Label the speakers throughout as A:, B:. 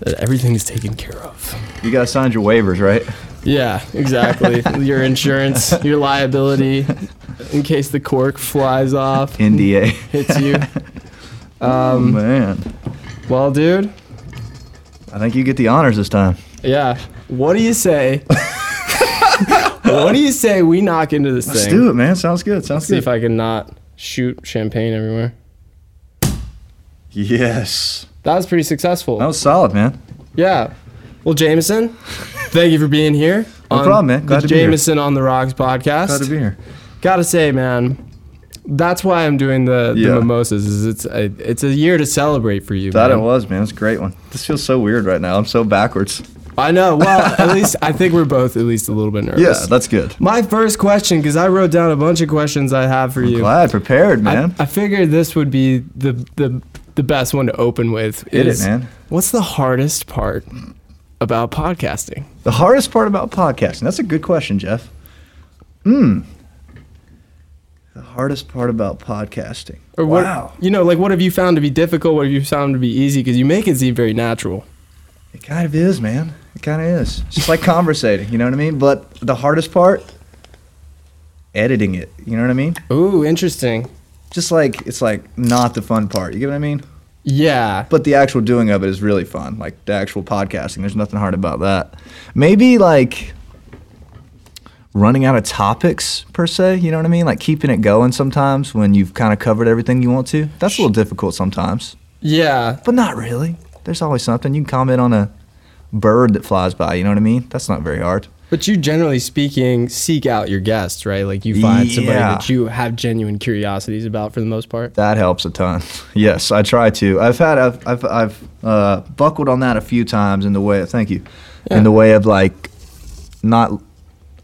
A: that everything is taken care of.
B: You got to sign your waivers, right?
A: Yeah, exactly. your insurance, your liability, in case the cork flies off,
B: NDA.
A: hits you.
B: Oh, man.
A: Well, dude,
B: I think you get the honors this time.
A: yeah. What do you say? what do you say we knock into this
B: Let's
A: thing?
B: do it, man. Sounds good. Sounds
A: See
B: good.
A: if I can not shoot champagne everywhere.
B: yes.
A: That was pretty successful.
B: That was solid, man.
A: Yeah. Well, Jameson, thank you for being here.
B: No
A: on
B: problem, man.
A: the
B: Glad to be here.
A: Jameson on the Rocks podcast.
B: Glad to be here.
A: Gotta say, man, that's why I'm doing the, the
B: Yeah.
A: mimosas. Is it's a, it's a year to celebrate for you.
B: Thought it
A: man.
B: was, man. It's a great one. This feels so weird right now. I'm so backwards.
A: I know. Well, at least I think we're both at least a little bit nervous.
B: Yeah, that's good.
A: My first question, because I wrote down a bunch of questions I have for you.
B: Glad, prepared,
A: I,
B: man.
A: I figured this would be the the the best one to open with.
B: Hit
A: is,
B: it, man.
A: What's the hardest part about podcasting?
B: The hardest part about podcasting. That's a good question, Jeff. Hmm. The hardest part about podcasting.
A: Or what,
B: wow.
A: You know, like what have you found to be difficult? What have you found to be easy? Because you make it seem very natural.
B: It kind of is, man. It kind of is. It's just like conversating, you know what I mean? But the hardest part, editing it, you know what I mean?
A: Ooh, interesting.
B: Just like, it's like not the fun part, you get what I mean?
A: Yeah.
B: But the actual doing of it is really fun. Like the actual podcasting, there's nothing hard about that. Maybe like running out of topics per se, you know what I mean? Like keeping it going sometimes when you've kind of covered everything you want to. That's a little difficult sometimes,
A: Yeah.
B: but not really. There's always something. You can comment on a bird that flies by, you know what I mean? That's not very hard.
A: But you generally speaking seek out your guests, right? Like you find somebody
B: Yeah.
A: that you have genuine curiosities about for the most part.
B: That helps a ton. Yes, I try to. I've had I've I've, I've uh, buckled on that a few times in the way. Thank you.
A: Yeah.
B: In the way of like not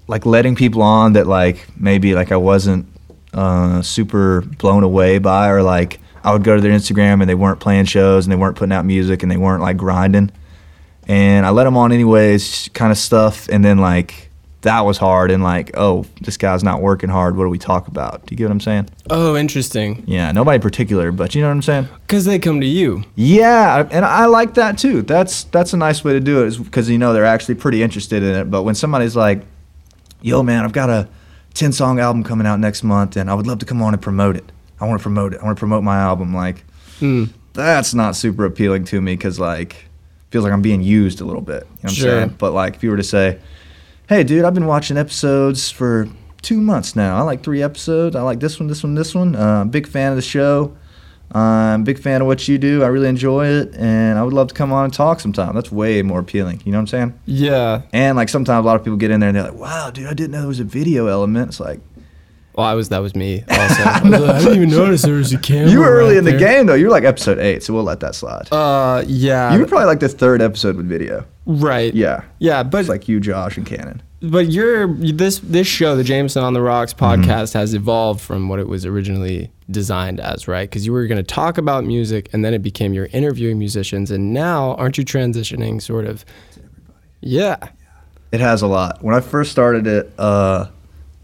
B: like letting people on that like maybe like I wasn't uh, super blown away by or like I would go to their Instagram and they weren't playing shows and they weren't putting out music and they weren't like grinding and I let him on anyways, kind of stuff. And then like that was hard and like oh this guy's not working hard. What do we talk about? Do you get what I'm saying?
A: Oh, interesting.
B: Yeah, nobody in particular, but you know what I'm saying?
A: Because they come to you.
B: Yeah, and I like that too. That's that's a nice way to do it is because you know they're actually pretty interested in it. But when somebody's like, "Yo, man, I've got a ten song album coming out next month, and I would love to come on and promote it. I want to promote it. I want to promote my album." Like, that's not super appealing to me because like feels like I'm being used a little bit. You know what I'm
A: Sure.
B: saying? But like if you were to say, "Hey, dude, I've been watching episodes for two months now. I like three episodes. I like this one, this one, this one. Uh, big fan of the show. I'm a big fan of what you do. I really enjoy it, and I would love to come on and talk sometime. That's way more appealing. You know what I'm saying?
A: Yeah.
B: And like sometimes a lot of people get in there and they're like, "Wow, dude, I didn't know there was a video element." It's like
A: Well, I was that was me also. I, was like, I didn't even notice there was a camera.
B: you were early
A: right
B: in the
A: there.
B: game though. You were like episode eight, so we'll let that slide.
A: Uh, yeah.
B: you were probably like the third episode with video.
A: right.
B: Yeah,
A: Yeah, but
B: it's like you, Josh, and Cannon.
A: but your this this show, the Jameson on the Rocks podcast, has evolved from what it was originally designed as, right? Because you were going to talk about music, and then it became you're interviewing musicians, and now aren't you transitioning sort of? Yeah,
B: It has a lot. When I first started it, uh,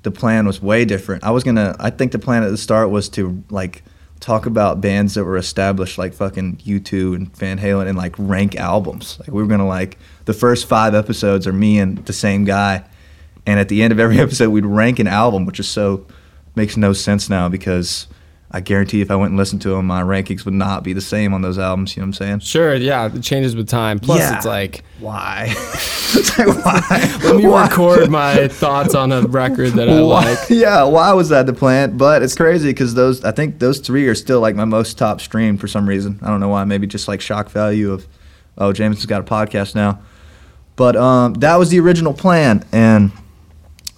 B: the plan was way different. I was gonna. I think the plan at the start was to like talk about bands that were established, like fucking U two and Van Halen, and like rank albums. Like we were gonna like the first five episodes are me and the same guy, and at the end of every episode we'd rank an album, which is so makes no sense now because. I guarantee if I went and listened to them, my rankings would not be the same on those albums. You know what I'm saying?
A: sure, yeah, it changes with time. Plus,
B: Yeah.
A: it's like
B: Why? it's like why?
A: let me
B: Why?
A: record my thoughts on a record that I
B: Why-
A: like.
B: yeah, why was that the plan? But it's crazy because those, I think those three are still like my most top stream for some reason. I don't know why. Maybe just like shock value of, oh, Jameson's got a podcast now. But um, that was the original plan, and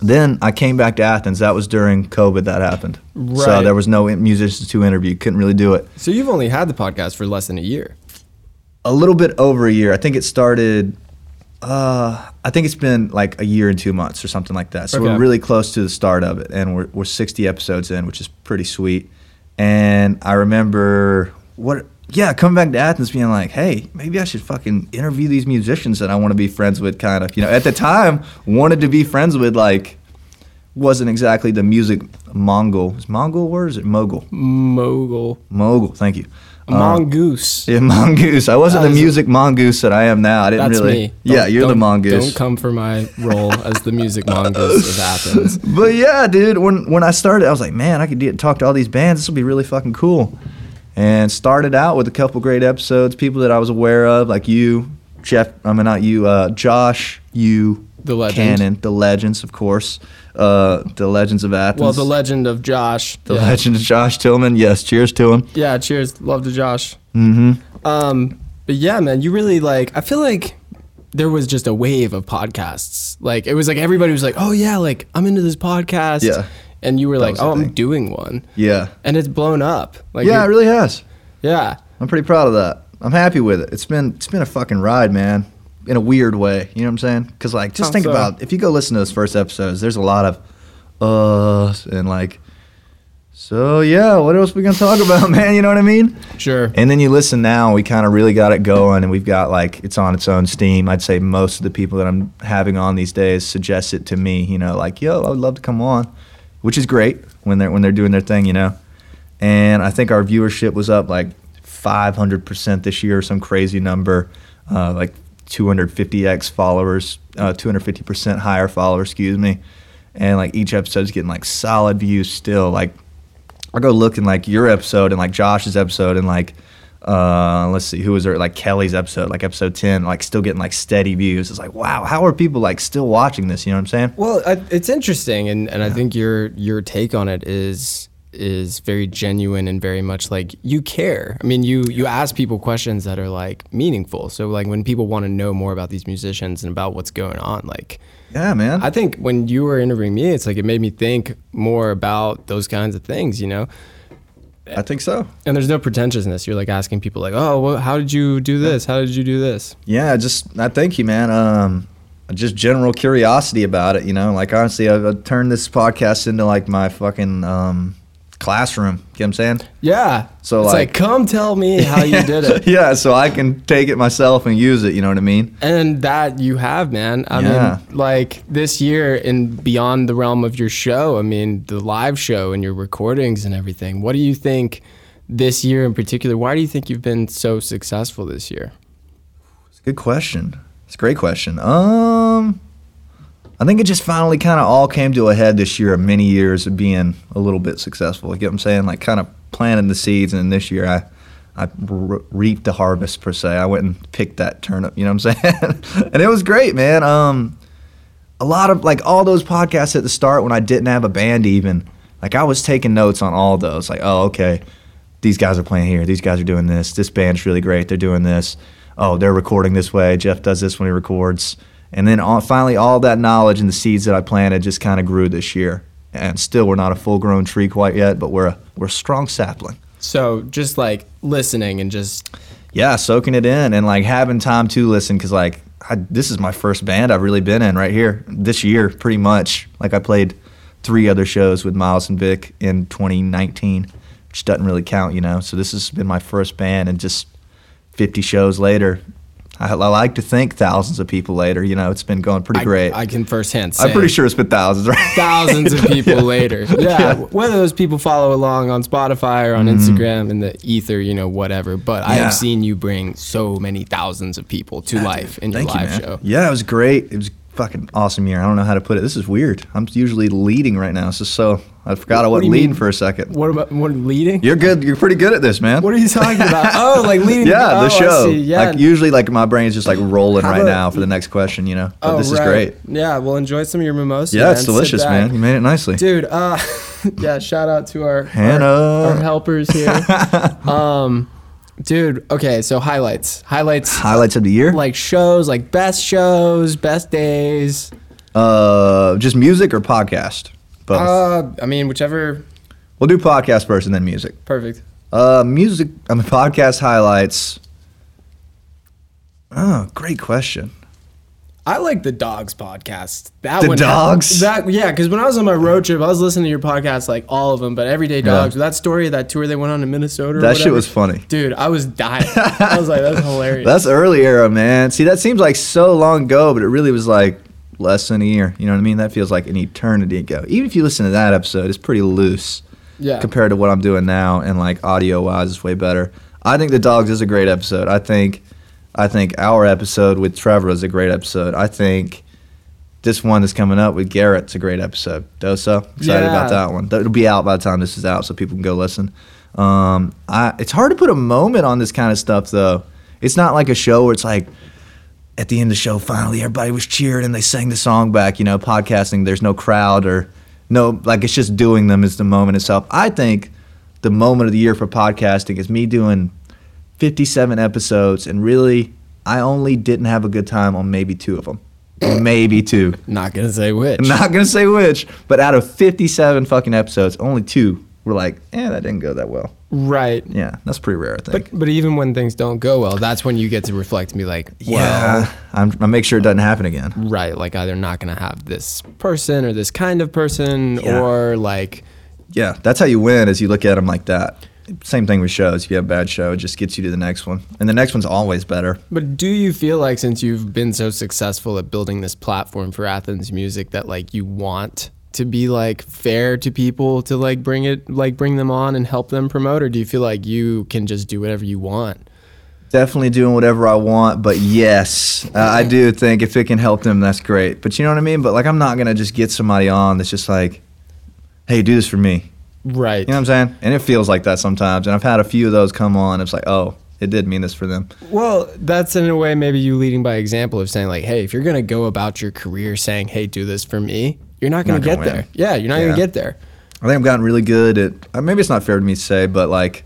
B: then I came back to Athens. That was during COVID. That happened, so
A: Right.
B: there was no musicians to interview. Couldn't really do it.
A: So you've only had the podcast for less than a year.
B: a little bit over a year. I think it started. Uh, I think it's been like a year and two months or something like that. So
A: Okay.
B: we're really close to the start of it, and we're we're 60 episodes in, which is pretty sweet. And I remember what, yeah, coming back to Athens, being like, hey, maybe I should fucking interview these musicians that I want to be friends with, kind of. You know, at the time, wanted to be friends with like. Wasn't exactly the music Mongol. Is Mongol a word? Or is it mogul?
A: Mogul.
B: Mogul, thank you.
A: A mongoose.
B: Yeah, mongoose. I wasn't
A: That
B: the
A: is a-
B: music mongoose that I am now. I didn't
A: That's
B: really.
A: me.
B: Yeah,
A: Don't-
B: you're the
A: don't-
B: mongoose.
A: Don't come for my role as the music mongoose of Athens.
B: But yeah, dude, when when I started, I was like, man, I could get, talk to all these bands. This will be really fucking cool. And started out with a couple great episodes, people that I was aware of, like you, Jeff. I mean, not you, uh, Josh, you,
A: The legend.
B: Cannon, the legends, of course, uh, the legends of Athens.
A: Well, the legend of Josh.
B: the
A: yeah.
B: legend of Josh Tillman. Yes, cheers to him.
A: Yeah, cheers. Love to Josh.
B: Mm-hmm.
A: Um, but yeah, man, you really like. I feel like there was just a wave of podcasts. Like it was like everybody was like, "Oh yeah, like I'm into this podcast."
B: Yeah.
A: And you were like,
B: was the
A: "Oh, I'm
B: thing.
A: doing one,"
B: Yeah.
A: and it's blown up. Like
B: yeah, it
A: you-
B: really has.
A: yeah.
B: I'm pretty proud of that. I'm happy with it. It's been it's been a fucking ride, man. In a weird way, you know what I'm saying? Because like, just
A: How
B: think
A: so?
B: about if you go listen to those first episodes, there's a lot of uhs and like, so yeah, what else we gonna talk about, man? You know what I mean?
A: Sure.
B: And then you listen now, we kind of really got it going, and we've got like it's on its own steam. I'd say most of the people that I'm having on these days suggest it to me. You know, like yo, I would love to come on, which is great when they're when they're doing their thing. You know, and I think our viewership was up like 500 percent this year, some crazy number, uh, like 250x followers, uh, 250 percent higher followers, excuse me. And like each episode's getting like solid views still, like I go look in like your episode and like Josh's episode and like uh let's see who was there like Kelly's episode like episode 10 like still getting like steady views it's like wow how are people like still watching this you know what I'm saying
A: Well, I, it's interesting, and, and I think your your take on it is is very genuine and very much like you care. I mean, you you ask people questions that are like meaningful. So like when people want to know more about these musicians and about what's going on, like
B: yeah man
A: I think when you were interviewing me, it's like it made me think more about those kinds of things, you know.
B: I think so
A: And there's no pretentiousness. You're like asking people like, "Oh, well, how did you do this? How did you do this?"
B: Yeah, just I thank you, man. Um, just general curiosity about it, you know. Like honestly, I've, I've turned this podcast into like my fucking um, classroom. You know what I'm saying?
A: Yeah.
B: So,
A: it's
B: like-
A: like come tell me how you did it.
B: yeah, so I can take it myself and use it. You know what I mean?
A: And that you have, man. I
B: Yeah.
A: mean, like this year and beyond the realm of your show, I mean, the live show and your recordings and everything. What do you think this year in particular? Why do you think you've been so successful this year?
B: It's a good question. It's a great question. Um, I think it just finally kind of all came to a head this year. of Many years of being a little bit successful. You get what I'm saying? Like kind of planting the seeds, and then this year I. I re- reaped the harvest per se. I went and picked that turnip. You know what I'm saying? and it was great, man. Um, a lot of like all those podcasts at the start when I didn't have a band even. Like I was taking notes on all those. Like, oh, okay, these guys are playing here. These guys are doing this. This band's really great. They're doing this. Oh, they're recording this way. Jeff does this when he records. And then all, finally, all that knowledge and the seeds that I planted just kind of grew this year. And still, we're not a full-grown tree quite yet, but we're a, we're a strong sapling
A: So just like listening and just
B: yeah, soaking it in and like having time to listen because like I, this is my first band I've really been in right here this year, pretty much. Like I played three other shows with Miles and Vic in 2019, which doesn't really count, you know. So this has been my first band, and just 50 shows later, I, I like to think thousands of people later. You know, it's been going pretty
A: I,
B: great. I,
A: I can firsthand say
B: am pretty sure it's been thousands, right?
A: thousands of people
B: Yeah.
A: later. Yeah.
B: Yeah. Mm-hmm.
A: Whether those people follow along on Spotify or on Instagram in the ether, you know, whatever. But I
B: Yeah.
A: have seen you bring so many thousands of people to life in your live
B: man.
A: show.
B: Yeah, it was great. It was fucking awesome year. I don't know how to put it. This is weird. I'm usually leading right now. This is so I forgot
A: What
B: I
A: do
B: wasn't
A: you
B: leading
A: mean?
B: for a second.
A: What about what leading?
B: You're good. You're pretty good at this, man.
A: What are you talking about? Oh, like leading.
B: yeah,
A: oh, I
B: the show.
A: see. Yeah.
B: Like usually, like my brain's just like rolling
A: How
B: right
A: about-
B: now for the next question, you know. But
A: oh,
B: this is
A: right.
B: great.
A: Yeah. Well, enjoy some of your mimosa.
B: Yeah, it's
A: man. Sit
B: delicious,
A: back.
B: man. You made it nicely.
A: Dude, uh, yeah, shout out to our
B: Hannah.
A: our, our helpers here. um, dude, okay, so highlights, highlights,
B: Highlights of the year?
A: like shows, like best shows, best days.
B: uh, just music or podcast? Both.
A: Uh, I mean, whichever.
B: we'll do podcast first and then music.
A: Perfect.
B: Uh, music. I mean, podcast highlights. Oh, great question.
A: I like the dogs podcast. That
B: The
A: one,
B: Dogs?
A: That yeah, because when I was on my road trip, I was listening to your podcast, like all of them. But everyday dogs. That story of that tour they went on to Minnesota. or
B: That shit
A: whatever,
B: was funny.
A: Dude, I was dying. I was like, that's hilarious.
B: That's early era, man. See, that seems like so long ago, but it really was like less than a year. You know what I mean? That feels like an eternity ago. Even if you listen to that episode, it's pretty loose
A: yeah.
B: compared to what I'm doing now, and like audio wise, it's way better. I think the dogs is a great episode. I think, I think our episode with Trevor is a great episode. I think this one that's coming up with Garrett's a great episode. Dosa, excited
A: Yeah.
B: about that one. It'll be out by the time this is out, so people can go listen. Um, I, it's hard to put a moment on this kind of stuff though. It's not like a show where it's like at the end of the show, finally everybody was cheered and they sang the song back. You know, podcasting, there's no crowd or no like it's just doing them is the moment itself. I think the moment of the year for podcasting is me doing 57 episodes and really I only didn't have a good time on maybe two of them. Maybe two.
A: Not gonna say which.
B: I'm not gonna say which, but out of 57 fucking episodes, only two were like, eh, that didn't go that well.
A: Right.
B: Yeah, that's pretty rare, I think.
A: But but even when things don't go well, that's when you get to reflect and be like, well,
B: yeah, I'm, I make sure it doesn't happen again.
A: right, like either not gonna have this person or this kind of person
B: Yeah.
A: or like
B: Yeah, that's how you win. Is you look at them like that. Same thing with shows. If you have a bad show, it just gets you to the next one, and the next one's always better.
A: But do you feel like since you've been so successful at building this platform for Athens music that like you want to be like fair to people to like bring it like bring them on and help them promote or do you feel like you can just do whatever you want?
B: Definitely doing whatever I want, but yes, uh, I do think if it can help them, that's great. But you know what I mean. But like, I'm not gonna just get somebody on that's just like, "Hey, do this for me."
A: Right.
B: You know what I'm saying? And it feels like that sometimes. And I've had a few of those come on. It's like, oh, it did mean this for them.
A: Well, that's in a way maybe you leading by example of saying like, hey, if you're gonna go about your career saying, hey, do this for me, you're not gonna
B: Not
A: get
B: gonna win.
A: there. Yeah, you're not
B: Yeah.
A: gonna get there.
B: I think I've gotten really good at. uh, Maybe it's not fair to me to say, but like,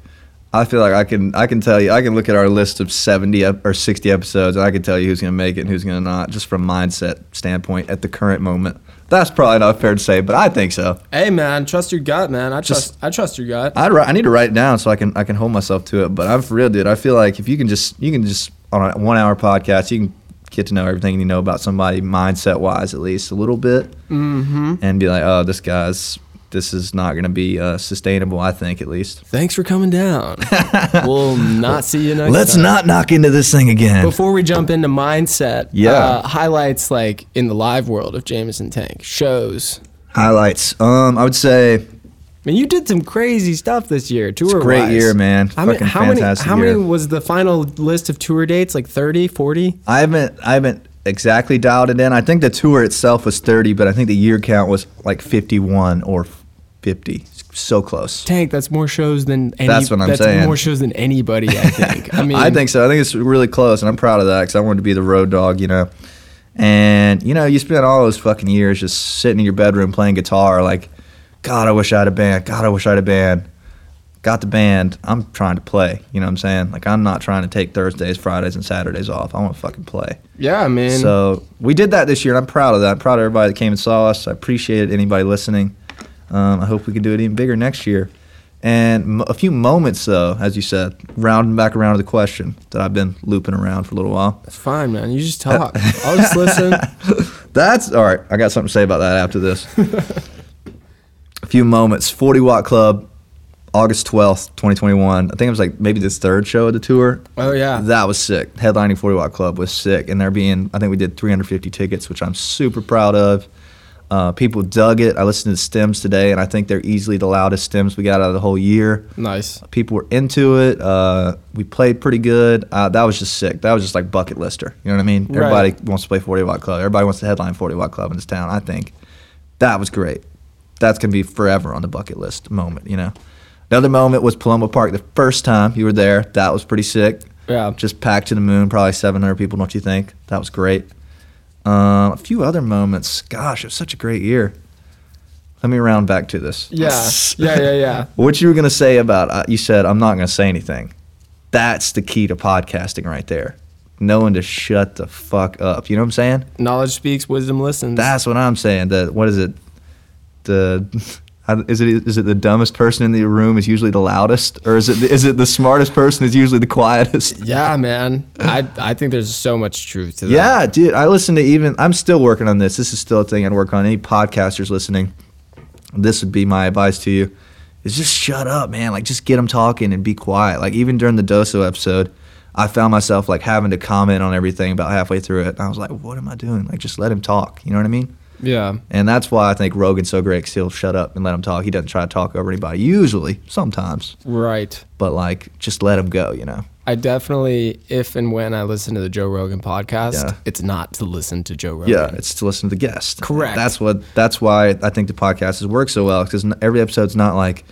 B: I feel like I can. I can tell you. I can look at our list of seventy ep- or sixty episodes, and I can tell you who's going to make it and who's going to not, just from mindset standpoint at the current moment. That's probably not fair to say, but I think so.
A: Hey man, trust your gut, man. I trust I trust your gut.
B: I'd, ri- I need to write it down so I can I can hold myself to it. But I'm for real, dude. I feel like if you can just you can just on a one hour podcast, you can get to know everything you know about somebody mindset wise at least a little bit, mm-hmm. and be like, oh, this guy's this is not going to be uh, sustainable. I think at least.
A: Thanks for coming down. we'll not see you next
B: Let's
A: time.
B: not knock into this thing again.
A: Before we jump into mindset,
B: Yeah.
A: uh, highlights like in the live world of Jameson Tank shows.
B: Highlights. Um, I would say
A: I mean, you did some crazy stuff this year. Tour
B: it's a great year, man.
A: I mean,
B: Fucking
A: how many?
B: fantastic
A: How
B: year.
A: many was the final list of tour dates? Like 30, 40?
B: I haven't I haven't exactly dialed it in. I think the tour itself was 30, but I think the year count was like 51 or 50. So close.
A: Tank, that's more shows than any,
B: That's what I'm saying.
A: More shows than anybody, I think. I mean,
B: I think so. I think it's really close, and I'm proud of that because I wanted to be the road dog, you know. And you know, you spend all those fucking years just sitting in your bedroom playing guitar, like, God, I wish I had a band. God, I wish I had a band. Got the band. I'm trying to play. You know what I'm saying? Like, I'm not trying to take Thursdays, Fridays, and Saturdays off. I want to fucking play.
A: Yeah, man.
B: So we did that this year, and I'm proud of that. I'm proud of everybody that came and saw us. I appreciate anybody listening. Um, I hope we can do it even bigger next year. And m- a few moments, though, as you said, rounding back around to the question that I've been looping around for a little while.
A: it's fine, man. You just talk. I'll just listen.
B: That's all right. I got something to say about that after this. a few moments. 40 Watt Club, August 12th, 2021. I think it was like maybe this third show of the tour.
A: Oh yeah.
B: That was sick. Headlining 40 Watt Club was sick. And there being, I think we did 350 tickets, which I'm super proud of. Uh, people dug it. I listened to stems today, and I think they're easily the loudest stems we got out of the whole year.
A: Nice.
B: People were into it. Uh, we played pretty good. Uh, that was just sick. That was just like bucket lister. You know what I mean?
A: Right.
B: Everybody wants to play 40 Watt Club. Everybody wants to headline 40 Watt Club in this town. I think that was great. That's gonna be forever on the bucket list moment. You know. Another moment was Paloma Park. The first time you were there, that was pretty sick.
A: Yeah.
B: Just packed to the moon, probably 700 people, don't you think? That was great. Um, a few other moments. Gosh, it was such a great year. Let me round back to this.
A: Yeah. Yeah. Yeah. Yeah.
B: What you were going to say about, uh, you said, I'm not going to say anything. That's the key to podcasting right there. Knowing to shut the fuck up. You know what I'm saying?
A: Knowledge speaks, wisdom listens.
B: That's what I'm saying. That what is it? The I- is it is it the dumbest person in the room is usually the loudest, or is it is it the smartest person is usually the quietest?
A: Yeah, man. I I think there's so much truth to that.
B: Yeah, dude. I listen to even. I'm still working on this. This is still a thing I'd work on. Any podcasters listening, this would be my advice to you: is just shut up, man. Like just get them talking and be quiet. Like even during the Doso episode, I found myself like having to comment on everything about halfway through it. I was like, what am I doing? Like just let him talk. You know what I mean?
A: Yeah.
B: And that's why I think Rogan's so great 'cause he'll shut up and let him talk. He doesn't try to talk over anybody, usually, sometimes,
A: Right.
B: but like just let him go, you know?
A: I definitely, if and when I listen to the Joe Rogan podcast,
B: Yeah.
A: it's not to listen to Joe Rogan.
B: Yeah, it's to listen to the guest.
A: Correct.
B: That's what. That's why I think the podcast has worked so well because every episode's not like.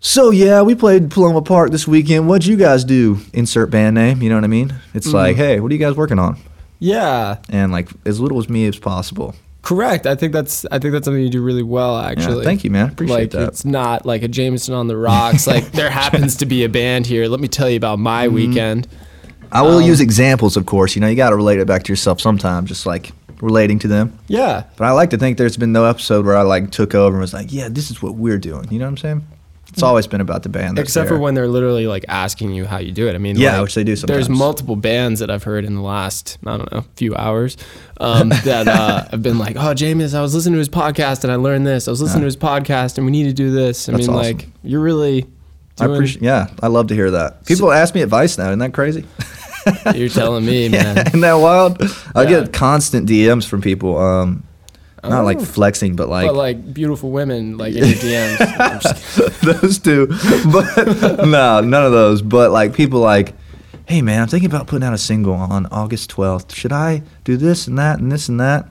B: So yeah, we played Paloma Park this weekend. What'd you guys do? Insert band name. You know what I mean? It's
A: Mm-hmm.
B: like, hey, what are you guys working on?
A: Yeah.
B: And like as little as me as possible.
A: Correct. I think that's I think that's something you do really well
B: Yeah,
A: actually.
B: thank you, man. Appreciate
A: like
B: that.
A: it's not like a Jameson on the rocks. like there happens to be a band here. Let me tell you about my
B: Mm-hmm.
A: weekend.
B: I
A: um,
B: will use examples, of course. You know, you got to relate it back to yourself sometimes, just like relating to them.
A: Yeah.
B: But I like to think there's been no episode where I like took over and was like, yeah, this is what we're doing. You know what I'm saying? It's always been about the band. that's
A: Mm. Except
B: there.
A: for when they're literally like asking you how you do it. I mean,
B: Yeah,
A: like,
B: which they do
A: There's
B: sometimes.
A: multiple bands that I've heard in the last I don't know few hours um, that uh, have been like, oh, James, I was listening to his podcast and I learned this. I was listening to his podcast and we need to do this. I
B: That's
A: mean,
B: awesome.
A: like you're really.
B: I
A: Doing,
B: appreciate. Yeah, I love to hear that. People ask me advice now. Isn't that crazy?
A: you're telling me, man.
B: Isn't that wild? I
A: Yeah.
B: get constant DMs from people. Um, not like
A: Oh.
B: flexing, but like,
A: but like beautiful women, like in your DMs. I'm just kidding.
B: those two. But no, none of those. But like people like, hey man, I'm thinking about putting out a single on August 12th. Should I do this and that and this and that?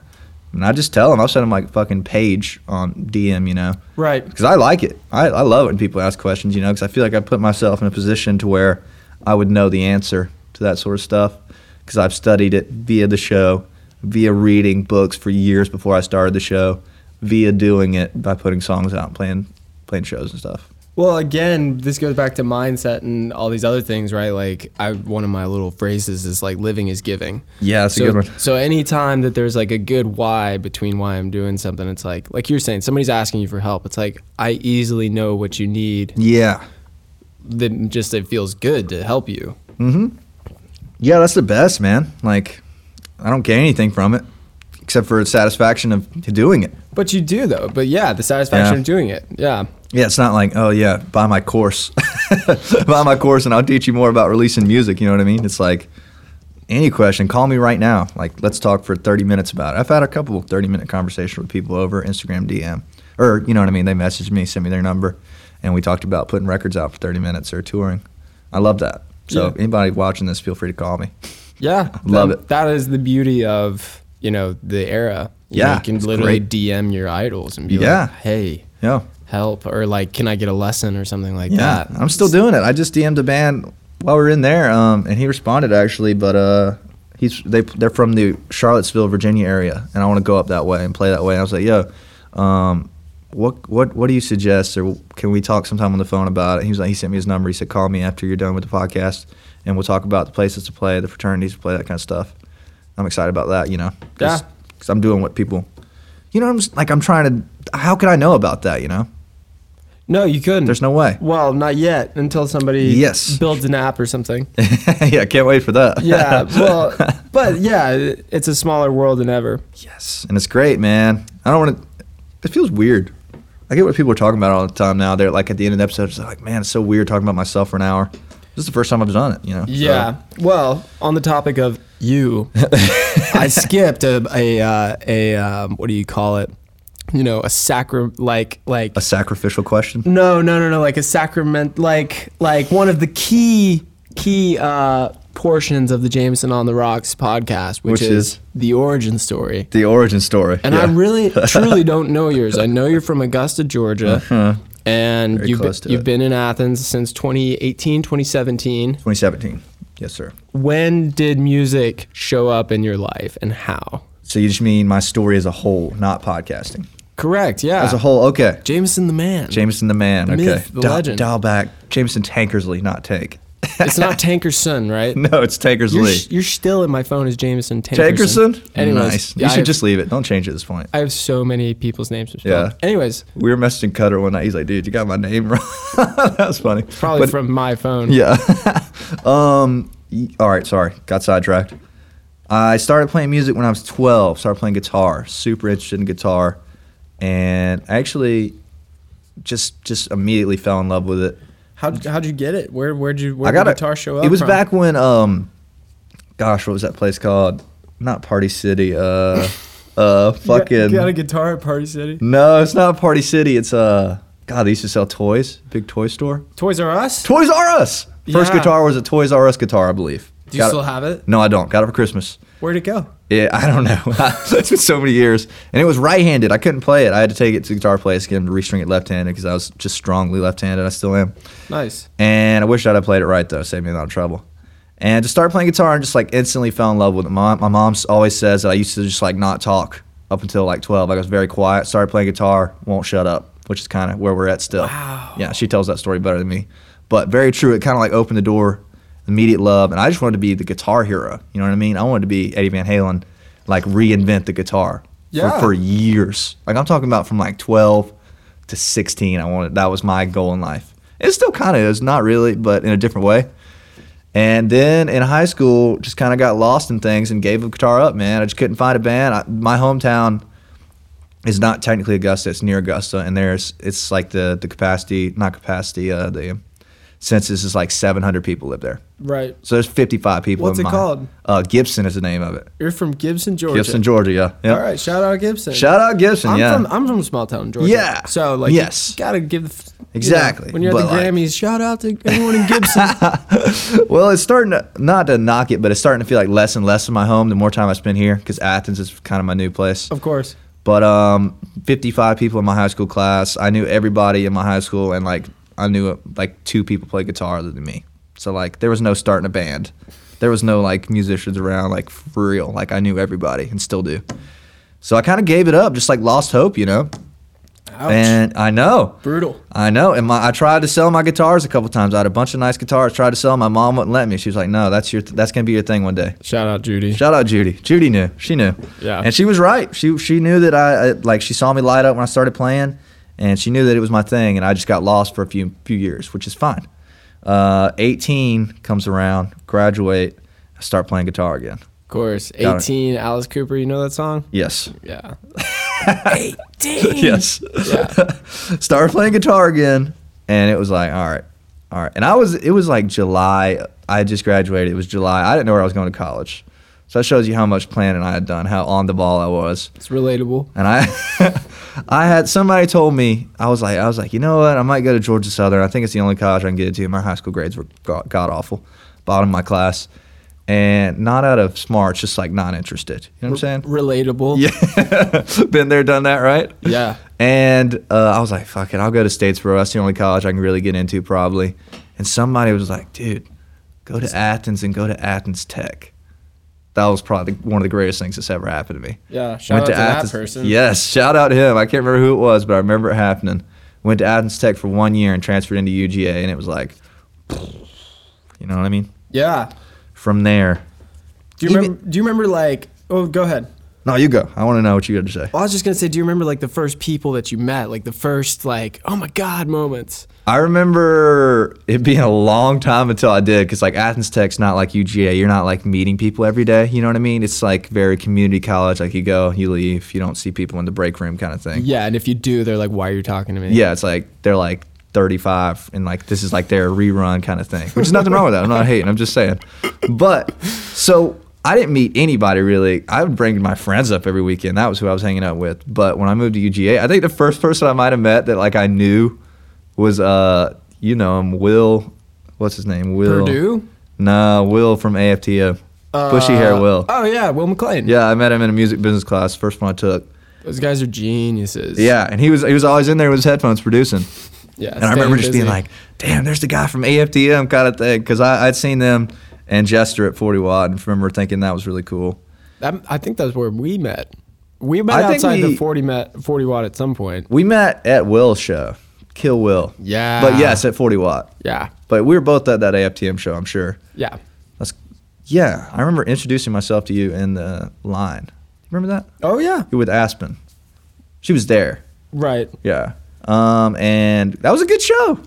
B: And I just tell them. I'll send them like fucking page on DM. You know.
A: right.
B: because I like it. I, I love it when people ask questions, you know, because I feel like I put myself in a position to where I would know the answer to that sort of stuff because I've studied it via the show, via reading books for years before I started the show, via doing it by putting songs out and playing, playing shows and stuff.
A: Well, again, this goes back to mindset and all these other things, right? Like, I one of my little phrases is like, "Living is giving."
B: Yeah, that's
A: so, So anytime that there's like a good why between why I'm doing something, it's like, like you're saying, somebody's asking you for help. It's like I easily know what you need.
B: Yeah.
A: That just it feels good to help you.
B: Yeah, that's the best, man. Like, I don't gain anything from it except for the satisfaction of doing it.
A: But you do though. But yeah, the satisfaction
B: Yeah.
A: of doing it. Yeah.
B: Yeah, it's not like, oh yeah, buy my course, buy my course, and I'll teach you more about releasing music. You know what I mean? It's like any question, call me right now. Like let's talk for thirty minutes about it. I've had a couple thirty minute conversations with people over Instagram DM, or you know what I mean? They messaged me, sent me their number, and we talked about putting records out for thirty minutes or touring. I love that. So
A: Yeah.
B: anybody watching this, feel free to call me.
A: Yeah,
B: Love
A: that-
B: it.
A: That is the beauty of you know the era. You know,
B: Yeah,
A: you can
B: it's
A: literally
B: great.
A: DM your idols and be
B: Yeah.
A: like, "Hey,
B: Yeah.
A: help," or like, "Can I get a lesson?" or something like
B: Yeah,
A: that.
B: I'm still doing it. I just DM'd a band while we were in there, um, and he responded actually, but uh, he's they they're from the Charlottesville, Virginia area, and I want to go up that way and play that way. And I was like, yo, um, what what what do you suggest, or can we talk sometime on the phone about it? He was like, he sent me his number. He said, call me after you're done with the podcast, and we'll talk about the places to play, the fraternities to play, that kind of stuff. I'm excited about that, you know.
A: Yeah.
B: because I'm doing what people, you know, I'm just, like I'm trying to. How could I know about that? You know,
A: No, you couldn't.
B: there's no way.
A: well, not yet until somebody
B: Yes.
A: builds an app or something.
B: yeah, can't wait for that.
A: Yeah, well, but yeah, it- it's a smaller world than ever.
B: yes. And it's great, man. I don't want to. It feels weird. I get what people are talking about all the time now. They're like at the end of the episode, it's like, man, it's so weird talking about myself for an hour. This is the first time I've done it, you know? so-
A: Yeah. Well, on the topic of you, I skipped a a, uh, a um, what do you call it? You know, a sacra like like
B: a sacrificial question.
A: No, no, no, no. Like a sacrament, like like one of the key key uh, portions of the Jameson on the Rocks podcast, which,
B: Which
A: is,
B: is?
A: the origin story.
B: The origin story.
A: And I
B: Yeah.
A: really, truly don't know yours. I know you're from Augusta, Georgia, and
B: Uh-huh. Very
A: you've been,
B: close to
A: you've
B: it.
A: been in Athens since 2018, 2017.
B: 2017. Yes, sir.
A: When did music show up in your life, and how?
B: So you just mean my story as a whole, not podcasting.
A: Correct. Yeah.
B: As a whole, okay.
A: Jameson the man.
B: Jameson the man. okay.
A: Ah. myth, the
B: Dial-
A: legend.
B: Dial back. Jameson Tankersley, not Tank.
A: it's not Tankerson, right?
B: No, it's
A: You're,
B: Tankersley.
A: sh- you're still in my phone as Jameson Tankerson.
B: Tankerson?
A: Anyways,
B: nice.
A: yeah,
B: you should
A: I've-
B: just leave it. Don't change it at this point.
A: I have so many people's names.
B: Yeah.
A: Yeah. Anyways,
B: We were messaging Cutter one night. He's like, "Dude, you got my name wrong." that was funny.
A: probably
B: But-
A: from my phone.
B: yeah. um. y- All right. Sorry, got sidetracked. I started playing music when I was 12. Started playing guitar. Super interested in guitar, and actually, just just immediately fell in love with it.
A: How how'd you get it? Where where'd you where
B: I got
A: did
B: a-
A: guitar show up?
B: It was
A: from?
B: back when um, gosh, what was that place called? Not Party City. Uh, Uh,
A: You got-
B: fucking.
A: You got a guitar at Party City?
B: No, it's not Party City. It's uh, God, they used to sell toys. Big toy store.
A: Toys R Us?
B: Toys R Us. First
A: Yeah.
B: guitar was a Toys R Us guitar, I believe.
A: Do you
B: Got it-
A: still have it?
B: No, I don't. Got it for Christmas.
A: Where'd it go?
B: Yeah, I don't know. it's been so many years, and it was right-handed. I couldn't play it. I had to take it to guitar place, get him to restring it left-handed because I was just strongly left-handed. I still am.
A: Nice.
B: And I wish I'd have played it right though, saved me a lot of trouble. And just started playing guitar and just like instantly fell in love with it. My, my mom s- always says that I used to just like not talk up until like 12. Like I was very quiet, started playing guitar, won't shut up, which is kind of where we're at still.
A: Wow.
B: Yeah, she tells that story better than me. But very true. It kind of like opened the door, immediate love. And I just wanted to be the guitar hero. You know what I mean? I wanted to be Eddie Van Halen, like reinvent the guitar
A: Yeah.
B: for, for years. Like I'm talking about from like 12 to 16. I wanted that was my goal in life. It still kind of is, not really, but in a different way. And then in high school, just kind of got lost in things and gave the guitar up, man. I just couldn't find a band. I, my hometown is not technically Augusta; it's near Augusta, and there's it's like the the capacity, not capacity, uh, the census is like 700 people live there.
A: Right.
B: So there's 55 people.
A: What's
B: in
A: it
B: my-
A: called?
B: Uh, Gibson is the name of it.
A: You're from Gibson, Georgia.
B: Gibson, Georgia. Yeah. Yep.
A: All right. Shout out Gibson.
B: Shout out Gibson.
A: I'm
B: yeah.
A: from I'm from small town Georgia.
B: Yeah.
A: So like
B: Yes.
A: you gotta give the f- you know,
B: Exactly,
A: when you're at
B: but,
A: the
B: like-
A: Grammys, shout out to everyone in Gibson.
B: well, it's starting to not to knock it, but it's starting to feel like less and less of my home the more time I spend here because Athens is kind of my new place.
A: of course.
B: But um, 55 people in my high school class. I knew everybody in my high school, and like I knew uh, like two people played guitar other than me. So like there was no starting a band. There was no like musicians around like for real. Like I knew everybody and still do. So I kind of gave it up, just like lost hope, you know.
A: Ouch.
B: And I know.
A: Brutal.
B: I know, and my, I tried to sell my guitars a couple times. I had a bunch of nice guitars. Tried to sell. 'em. My mom wouldn't let me. She was like, "No, that's your. that's gonna be your thing one day."
A: Shout out Judy.
B: Shout out Judy. Judy knew. She knew.
A: Yeah.
B: And she was right. She she knew that I, I like she saw me light up when I started playing, and she knew that it was my thing. And I just got lost for a few few years, which is fine. Uh, 18 comes around, graduate, I start playing guitar again.
A: Of course.
B: Got it.
A: 18, Alice Cooper, you know that song?
B: Yes.
A: Yeah. 18.
B: yes. Started playing guitar again, and it was like, all right, all right. And I was, it was like July. I had just graduated. It was July. I didn't know where I was going to college, so that shows you how much planning I had done, how on the ball I was.
A: It's relatable.
B: And I, I had somebody told me I was like, I was like, you know what? I might go to Georgia Southern. I think it's the only college I can get into. My high school grades were god god awful, bottom of my class, and not out of smarts, just like not interested. You know what I'm saying?
A: Relatable.
B: Yeah. Been there, done that, right?
A: Yeah.
B: And uh, I was like, fuck it, I'll go to Statesboro. That's the only college I can really get into, probably. And somebody was like, dude, go to Athens and go to Athens Tech. That was probably one of the greatest things that's ever happened to me.
A: Yeah, shout out to that person.
B: Yes, shout out to him. I can't remember who it was, but I remember it happening. Went to Athens Tech for one year and transferred into UGA, and it was like, you know what I mean?
A: Yeah.
B: From there.
A: Do you
B: Even-
A: remember do you remember like oh go ahead.
B: No, you go. I want to know what you got to say.
A: Well, I was just gonna say, do you remember like the first people that you met? Like the first like, oh my god moments.
B: I remember it being a long time until I did because like Athens Tech's not like UGA. You're not like meeting people every day. You know what I mean? It's like very community college. Like you go, you leave, you don't see people in the break room kind of thing.
A: Yeah, and if you do, they're like, why are you talking to me?
B: Yeah, it's like they're like 35 and like this is like their rerun kind of thing, which is nothing wrong with that. I'm not hating. I'm just saying. But so I didn't meet anybody really. I would bring my friends up every weekend. That was who I was hanging out with. But when I moved to UGA, I think the first person I might have met that like I knew was uh you know him Will, what's his name Will
A: Purdue?
B: Nah, Will from AFTO. Bushy hair
A: Uh,
B: Will.
A: Oh yeah, Will McLean.
B: Yeah, I met him in a music business class, first one I took.
A: Those guys are geniuses.
B: Yeah, and he was he was always in there with his headphones producing.
A: Yeah.
B: And I remember
A: staying
B: just
A: busy.
B: being like, damn, there's the guy from AFDM kind of thing. Because I'd seen them and Jester at 40 Watt and remember thinking that was really cool.
A: That- I think that's where we met. We met
B: I think
A: outside
B: we-
A: the 40 met 40 watt at some point.
B: We met at Will's show, Kill Will.
A: Yeah.
B: But yes, at 40 Watt.
A: Yeah.
B: But we were both at that AFTM show, I'm sure.
A: Yeah.
B: That's Yeah, I remember introducing myself to you in the line. Remember that?
A: Oh yeah.
B: You were with Aspen. She was there.
A: Right.
B: Yeah. Um, and that was a good show.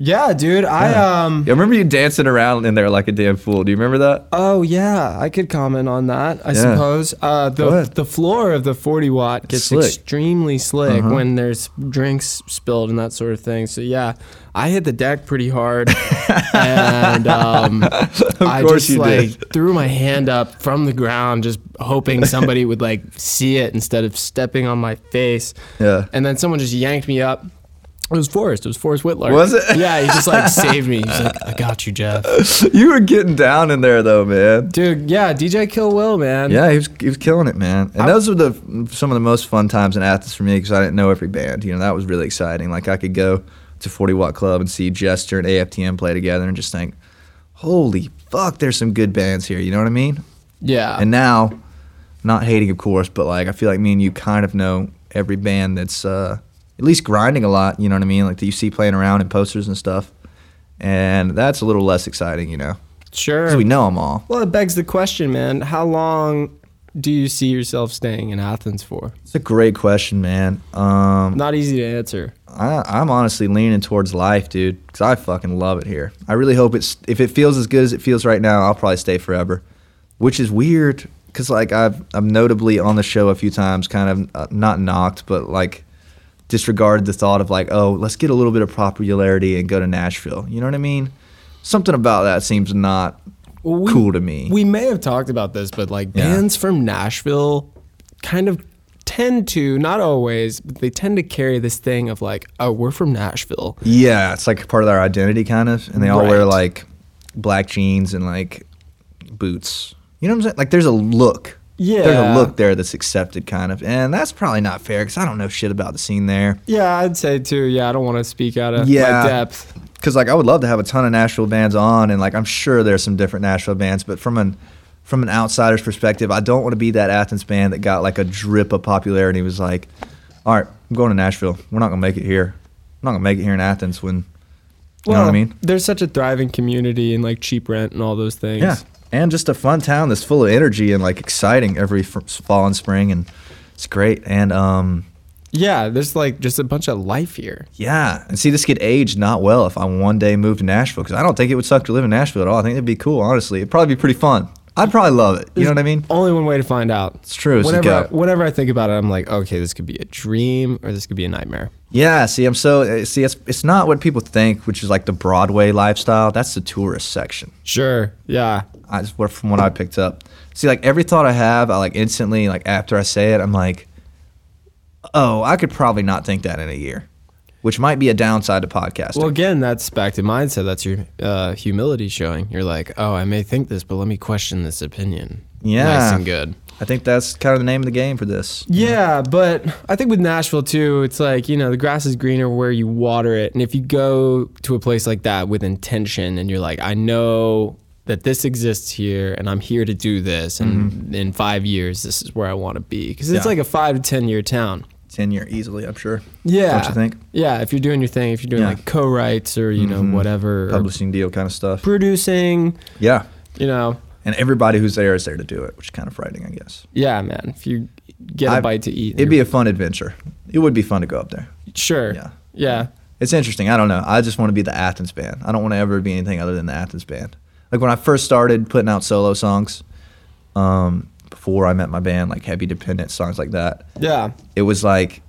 A: Yeah, dude. I um.
B: Yeah, I remember you dancing around in there like a damn fool. Do you remember that?
A: Oh yeah, I could comment on that. I
B: Yeah.
A: suppose uh,
B: Go
A: the
B: ahead.
A: the floor of the forty watt gets
B: Slick. Uh-huh.
A: extremely slick when there's drinks spilled and that sort of thing. So yeah, I hit the deck pretty hard, and um, I
B: course
A: just
B: you
A: like
B: did.
A: threw my hand up from the ground, just hoping somebody would like see it instead of stepping on my face.
B: Yeah.
A: and then someone just yanked me up. It was Forrest. It was Forrest Whitler.
B: Was it?
A: Yeah, he just like saved me. He's like, "I got you, Jeff."
B: you were getting down in there though, man.
A: Dude, yeah, DJ Kill Will, man.
B: Yeah, he was he was killing it, man. And those were the some of the most fun times in Athens for me because I didn't know every band. You know, that was really exciting. Like I could go to Forty Watt Club and see Jester and AFTM play together and just think, holy fuck, there's some good bands here. You know what I mean?
A: Yeah.
B: And now, not hating, of course, but like I feel like me and you kind of know every band that's uh, at least grinding a lot. You know what I mean? Like that you see playing around in posters and stuff. And that's a little less exciting, you know,
A: sure.
B: because we know them all.
A: well, it begs the question, man. How long do you see yourself staying in Athens for?
B: It's a great question, man. Um,
A: Not easy to answer.
B: I, I'm honestly leaning towards life, dude, because I fucking love it here. I really hope it's if it feels as good as it feels right now, I'll probably stay forever, which is weird because like I've I'm notably on the show a few times, kind of uh, not knocked, but like disregarded the thought of like, oh, let's get a little bit of popularity and go to Nashville. You know what I mean? Something about that seems not
A: Well, we-
B: cool to me.
A: We may have talked about this, but like
B: Hmm. Yeah.
A: bands from Nashville kind of tend to, not always, but they tend to carry this thing of like, oh, we're from Nashville.
B: Yeah, it's like part of their identity, kind of. And they all
A: Right.
B: wear like black jeans and like boots. You know what I'm saying? Like, there's a look. There's
A: Yeah.
B: a look there that's accepted, kind of. And that's probably not fair because I don't know shit about the scene there.
A: Yeah, I'd say too. Yeah, I don't want to speak out of
B: Yeah.
A: my depth.
B: Because, like, I would love to have a ton of Nashville bands on, and like, I'm sure there's some different Nashville bands, but from an from an outsider's perspective, I don't want to be that Athens band that got like a drip of popularity. and Was like, all right, I'm going to Nashville. We're not gonna make it here. I'm not gonna make it here in Athens when. You know what I mean?
A: There's such a thriving community and like cheap rent and all those things.
B: Yeah, and just a fun town that's full of energy and like exciting every f- fall and spring, and it's great. And um,
A: Yeah, there's like just a bunch of life here.
B: yeah, and see this could age not well if I one day moved to Nashville because I don't think it would suck to live in Nashville at all. I think it'd be cool, honestly. It'd probably be pretty fun. I'd probably love it. You know what I mean?
A: Only one way to find out.
B: It's true. It's a
A: Whenever I,
B: go.
A: whenever I think about it, I'm like, okay, this could be a dream or this could be a nightmare.
B: Yeah. See, I'm so eh, see. It's it's not what people think, which is like the Broadway lifestyle. That's the tourist section.
A: Sure. Yeah.
B: I just what from what I picked up. See, like every thought I have, I like instantly, like after I say it, I'm like, oh, I could probably not think that in a year, which might be a downside to podcasting.
A: Well, again, that's back to mindset. That's your uh, humility showing. You're like, oh, I may think this, but let me question this opinion.
B: Yeah.
A: Nice and good.
B: I think that's kind of the name of the game for this.
A: Yeah, but I think with Nashville too, it's like, you know, the grass is greener where you water it. And if you go to a place like that with intention and you're like, I know that this exists here and I'm here to do this and in 5 years this is where I want to be because it's
B: Mm-hmm. Yeah.
A: like a 5 to 10 year town.
B: Ten year easily, I'm sure.
A: Yeah.
B: Don't you think?
A: Yeah, if you're doing your thing, if you're doing
B: Yeah. Mm-hmm.
A: like co-writes or you know whatever or
B: Publishing deal kind of stuff.
A: producing,
B: Yeah.
A: you know.
B: And everybody who's there is there to do it, which is kind of frightening, I guess.
A: Yeah, man. If you get a
B: I-
A: bite to eat.
B: It'd be a fun adventure. It would be fun to go up there.
A: sure.
B: Yeah.
A: Yeah.
B: It's interesting. I don't know. I just want to be the Athens band. I don't want to ever be anything other than the Athens band. Like when I first started putting out solo songs, um, before I met my band, like heavy dependent songs like that,
A: Yeah.
B: it was like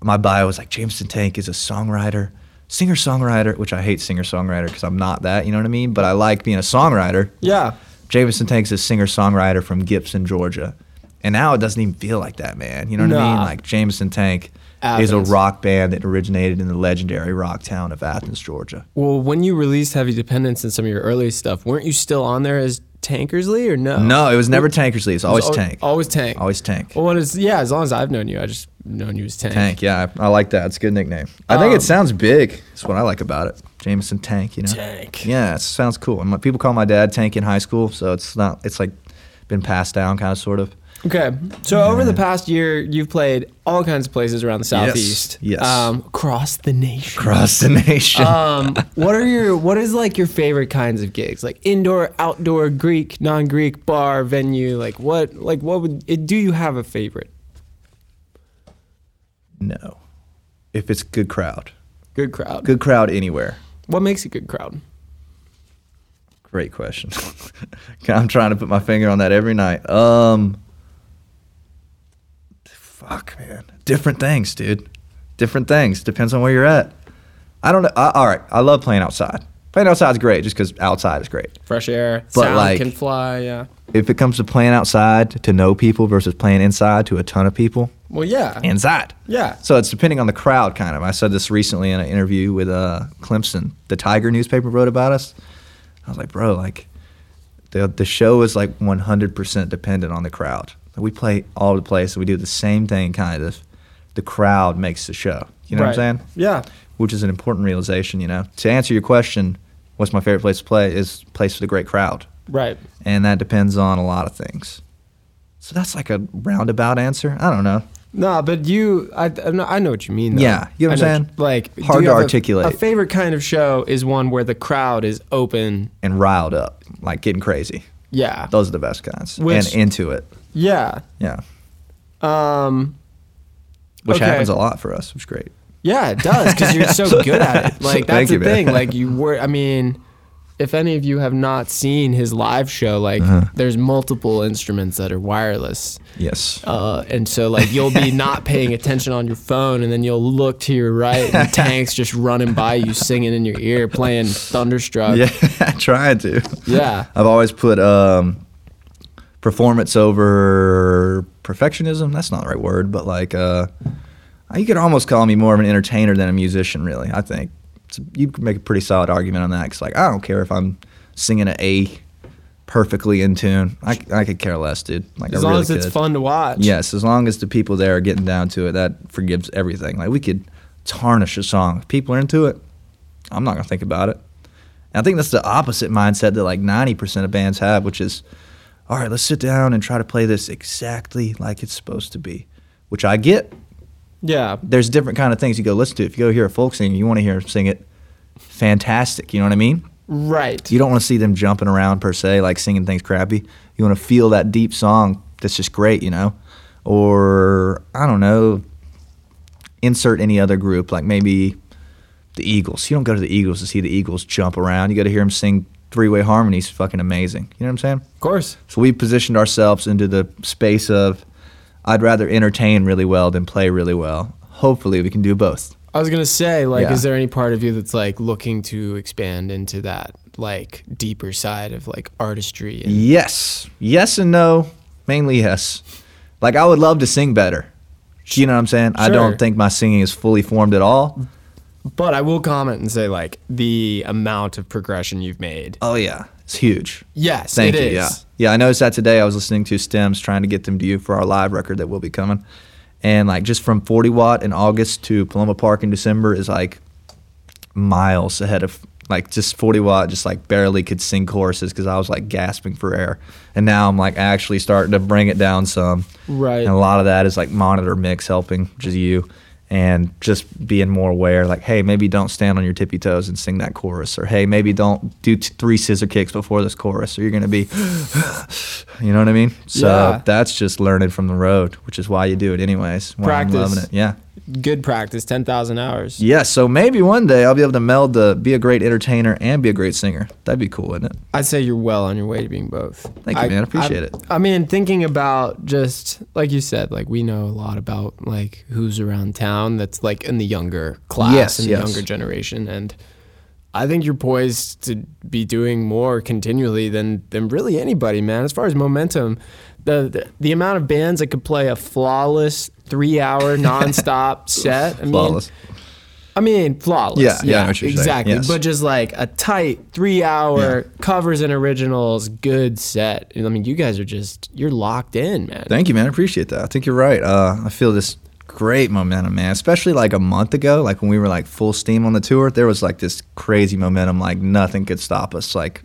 B: my bio was like Jameson Tank is a songwriter, singer songwriter, which I hate singer songwriter because I'm not that. You know what I mean? But I like being a songwriter.
A: Yeah.
B: Jameson Tank's a singer songwriter from Gibson, Georgia. And now it doesn't even feel like that, man. You know what I
A: Nah.
B: mean? Like Jameson Tank is a
A: Athens.
B: rock band that originated in the legendary rock town of Athens, Georgia.
A: Well, when you released Heavy Dependence and some of your early stuff, weren't you still on there as Tankersley or no?
B: No, Oh. it was never Tankersley. It's
A: It was
B: always
A: al-
B: Tank.
A: Always Tank.
B: Always Tank.
A: Well, what is, yeah, as long as I've known you, I just known you as Tank.
B: Tank, yeah, I, I like that. It's a good nickname. I think
A: Um,
B: it sounds big. That's what I like about it. Jameson Tank, you know?
A: Tank.
B: Yeah, it sounds cool. And my, people call my dad Tank in high school, so it's not, it's like been passed down kind of sort of.
A: Okay. So over the past year, you've played all kinds of places around the southeast.
B: Yes.
A: Um, across the nation.
B: Across the nation.
A: um, what are your what is like your favorite kinds of gigs? Like indoor, outdoor, Greek, non-Greek, bar, venue. Like what? Like what would? It, do you have a favorite?
B: no. If it's good crowd.
A: Good crowd.
B: good crowd anywhere.
A: What makes a good crowd?
B: Great question. I'm trying to put my finger on that every night. Um, fuck, man. Different things, dude. Different things. Depends on where you're at. I don't know. I, all right. I love playing outside. Playing outside is great just because outside is great.
A: Fresh air,
B: But,
A: sound
B: like-
A: can fly. Yeah.
B: If it comes to playing outside to no people versus playing inside to a ton of people,
A: Well, yeah.
B: inside.
A: yeah.
B: So it's depending on the crowd, kind of. I said this recently in an interview with uh, Clemson. The Tiger newspaper wrote about us. I was like, bro, like the the show is like 100% dependent on the crowd. We play all over the place. We do the same thing, kind of. The crowd makes the show. You know what I'm
A: Right.
B: saying?
A: Yeah.
B: Which is an important realization. You know. To answer your question, what's my favorite place to play is place with a great crowd,
A: Right.
B: and that depends on a lot of things. So that's like a roundabout answer. I don't know.
A: No, but you, I, I know- I know what you mean. Though.
B: Yeah, you know what
A: I
B: I'm saying?
A: Like do
B: Hard
A: you
B: to
A: have a-
B: articulate.
A: A, favorite kind of show is one where the crowd is open.
B: And riled up, like getting crazy.
A: Yeah.
B: Those are the best kinds.
A: Which-
B: and into it.
A: Yeah.
B: Yeah.
A: Um.
B: Which
A: Okay.
B: happens a lot for us, which is great.
A: Yeah, it does because you're so good at it. Like that's
B: Thank
A: the
B: you, man.
A: thing. Like you were. I mean, if any of you have not seen his live show, like
B: Uh-huh.
A: there's multiple instruments that are wireless,
B: Yes.
A: uh, and so like you'll be not paying attention on your phone, and then you'll look to your right, and tanks just running by you, singing in your ear, playing "Thunderstruck."
B: yeah, trying to.
A: Yeah.
B: I've always put um, performance over perfectionism. That's not the right word, but like uh, you could almost call me more of an entertainer than a musician, really. I think it's, you could make a pretty solid argument on that. Cause like I don't care if I'm singing an A perfectly in tune. I, c- I could care less, dude. Like
A: As
B: I
A: long
B: really
A: as it's
B: could.
A: fun to watch.
B: Yes, as long as the people there are getting down to it, that forgives everything. Like we could tarnish a song. If people are into it, I'm not gonna think about it. And I think that's the opposite mindset that like 90% of bands have, which is, all right, let's sit down and try to play this exactly like it's supposed to be. Which I get.
A: Yeah.
B: There's different kind of things you go listen to. If you go hear a folk singer, you want to hear them sing it fantastic. You know what I mean?
A: Right.
B: You don't want to see them jumping around per se, like singing things crappy. You want to feel that deep song that's just great, you know? Or, I don't know, insert any other group, like maybe the Eagles. You don't go to the Eagles to see the Eagles jump around. You go to hear them sing three way harmonies, fucking amazing. You know what I'm saying?
A: of course.
B: So we positioned ourselves into the space of I'd rather entertain really well than play really well. Hopefully, we can do both.
A: I was gonna say, like,
B: Yeah.
A: is there any part of you that's like looking to expand into that like deeper side of like artistry? And,
B: Yes. Yes and no. Mainly yes. Like I would love to sing better. You know what I'm saying? I
A: Sure.
B: don't think my singing is fully formed at all.
A: but I will comment and say, like, the amount of progression you've made.
B: Oh yeah. It's huge.
A: Yes,
B: Thank
A: it
B: you.
A: is.
B: Yeah. Yeah, I noticed that today. I was listening to stems trying to get them to you for our live record that will be coming. And like just from 40 watt in August to Paloma Park in December is like miles ahead of like just 40 watt just like barely could sing choruses because i was like gasping for air and now i'm like actually starting to bring it down some
A: Right.
B: and a lot of that is like monitor mix helping which is you and just being more aware like hey maybe don't stand on your tippy toes and sing that chorus or hey maybe don't do t- three scissor kicks before this chorus or you're gonna be you know what i mean so
A: Yeah.
B: that's just learning from the road which is why you do it anyways why I'm
A: Practice.
B: loving it yeah
A: Good practice, ten thousand hours.
B: yeah, so maybe one day I'll be able to meld the be a great entertainer and be a great singer. That'd be cool, wouldn't it?
A: I'd say you're well on your way to being both.
B: Thank you, man. I appreciate it.
A: I mean, thinking about just like you said, like we know a lot about like who's around town that's like in the younger class
B: Yes,
A: and the
B: yes.
A: younger generation, and I think you're poised to be doing more continually than than really anybody, man. As far as momentum, the the, the amount of bands that could play a flawless three hour nonstop set, I mean,
B: Flawless.
A: I mean, flawless.
B: Yeah, yeah, I know what you're saying,
A: exactly.
B: yes.
A: But just like a tight three hour covers and originals, good set. I mean, you guys are just you're locked in, man.
B: Thank you, man. I appreciate that. I think you're right. Uh, I feel this great momentum, man. Especially like a month ago, like when we were like full steam on the tour, there was like this crazy momentum, like nothing could stop us. Like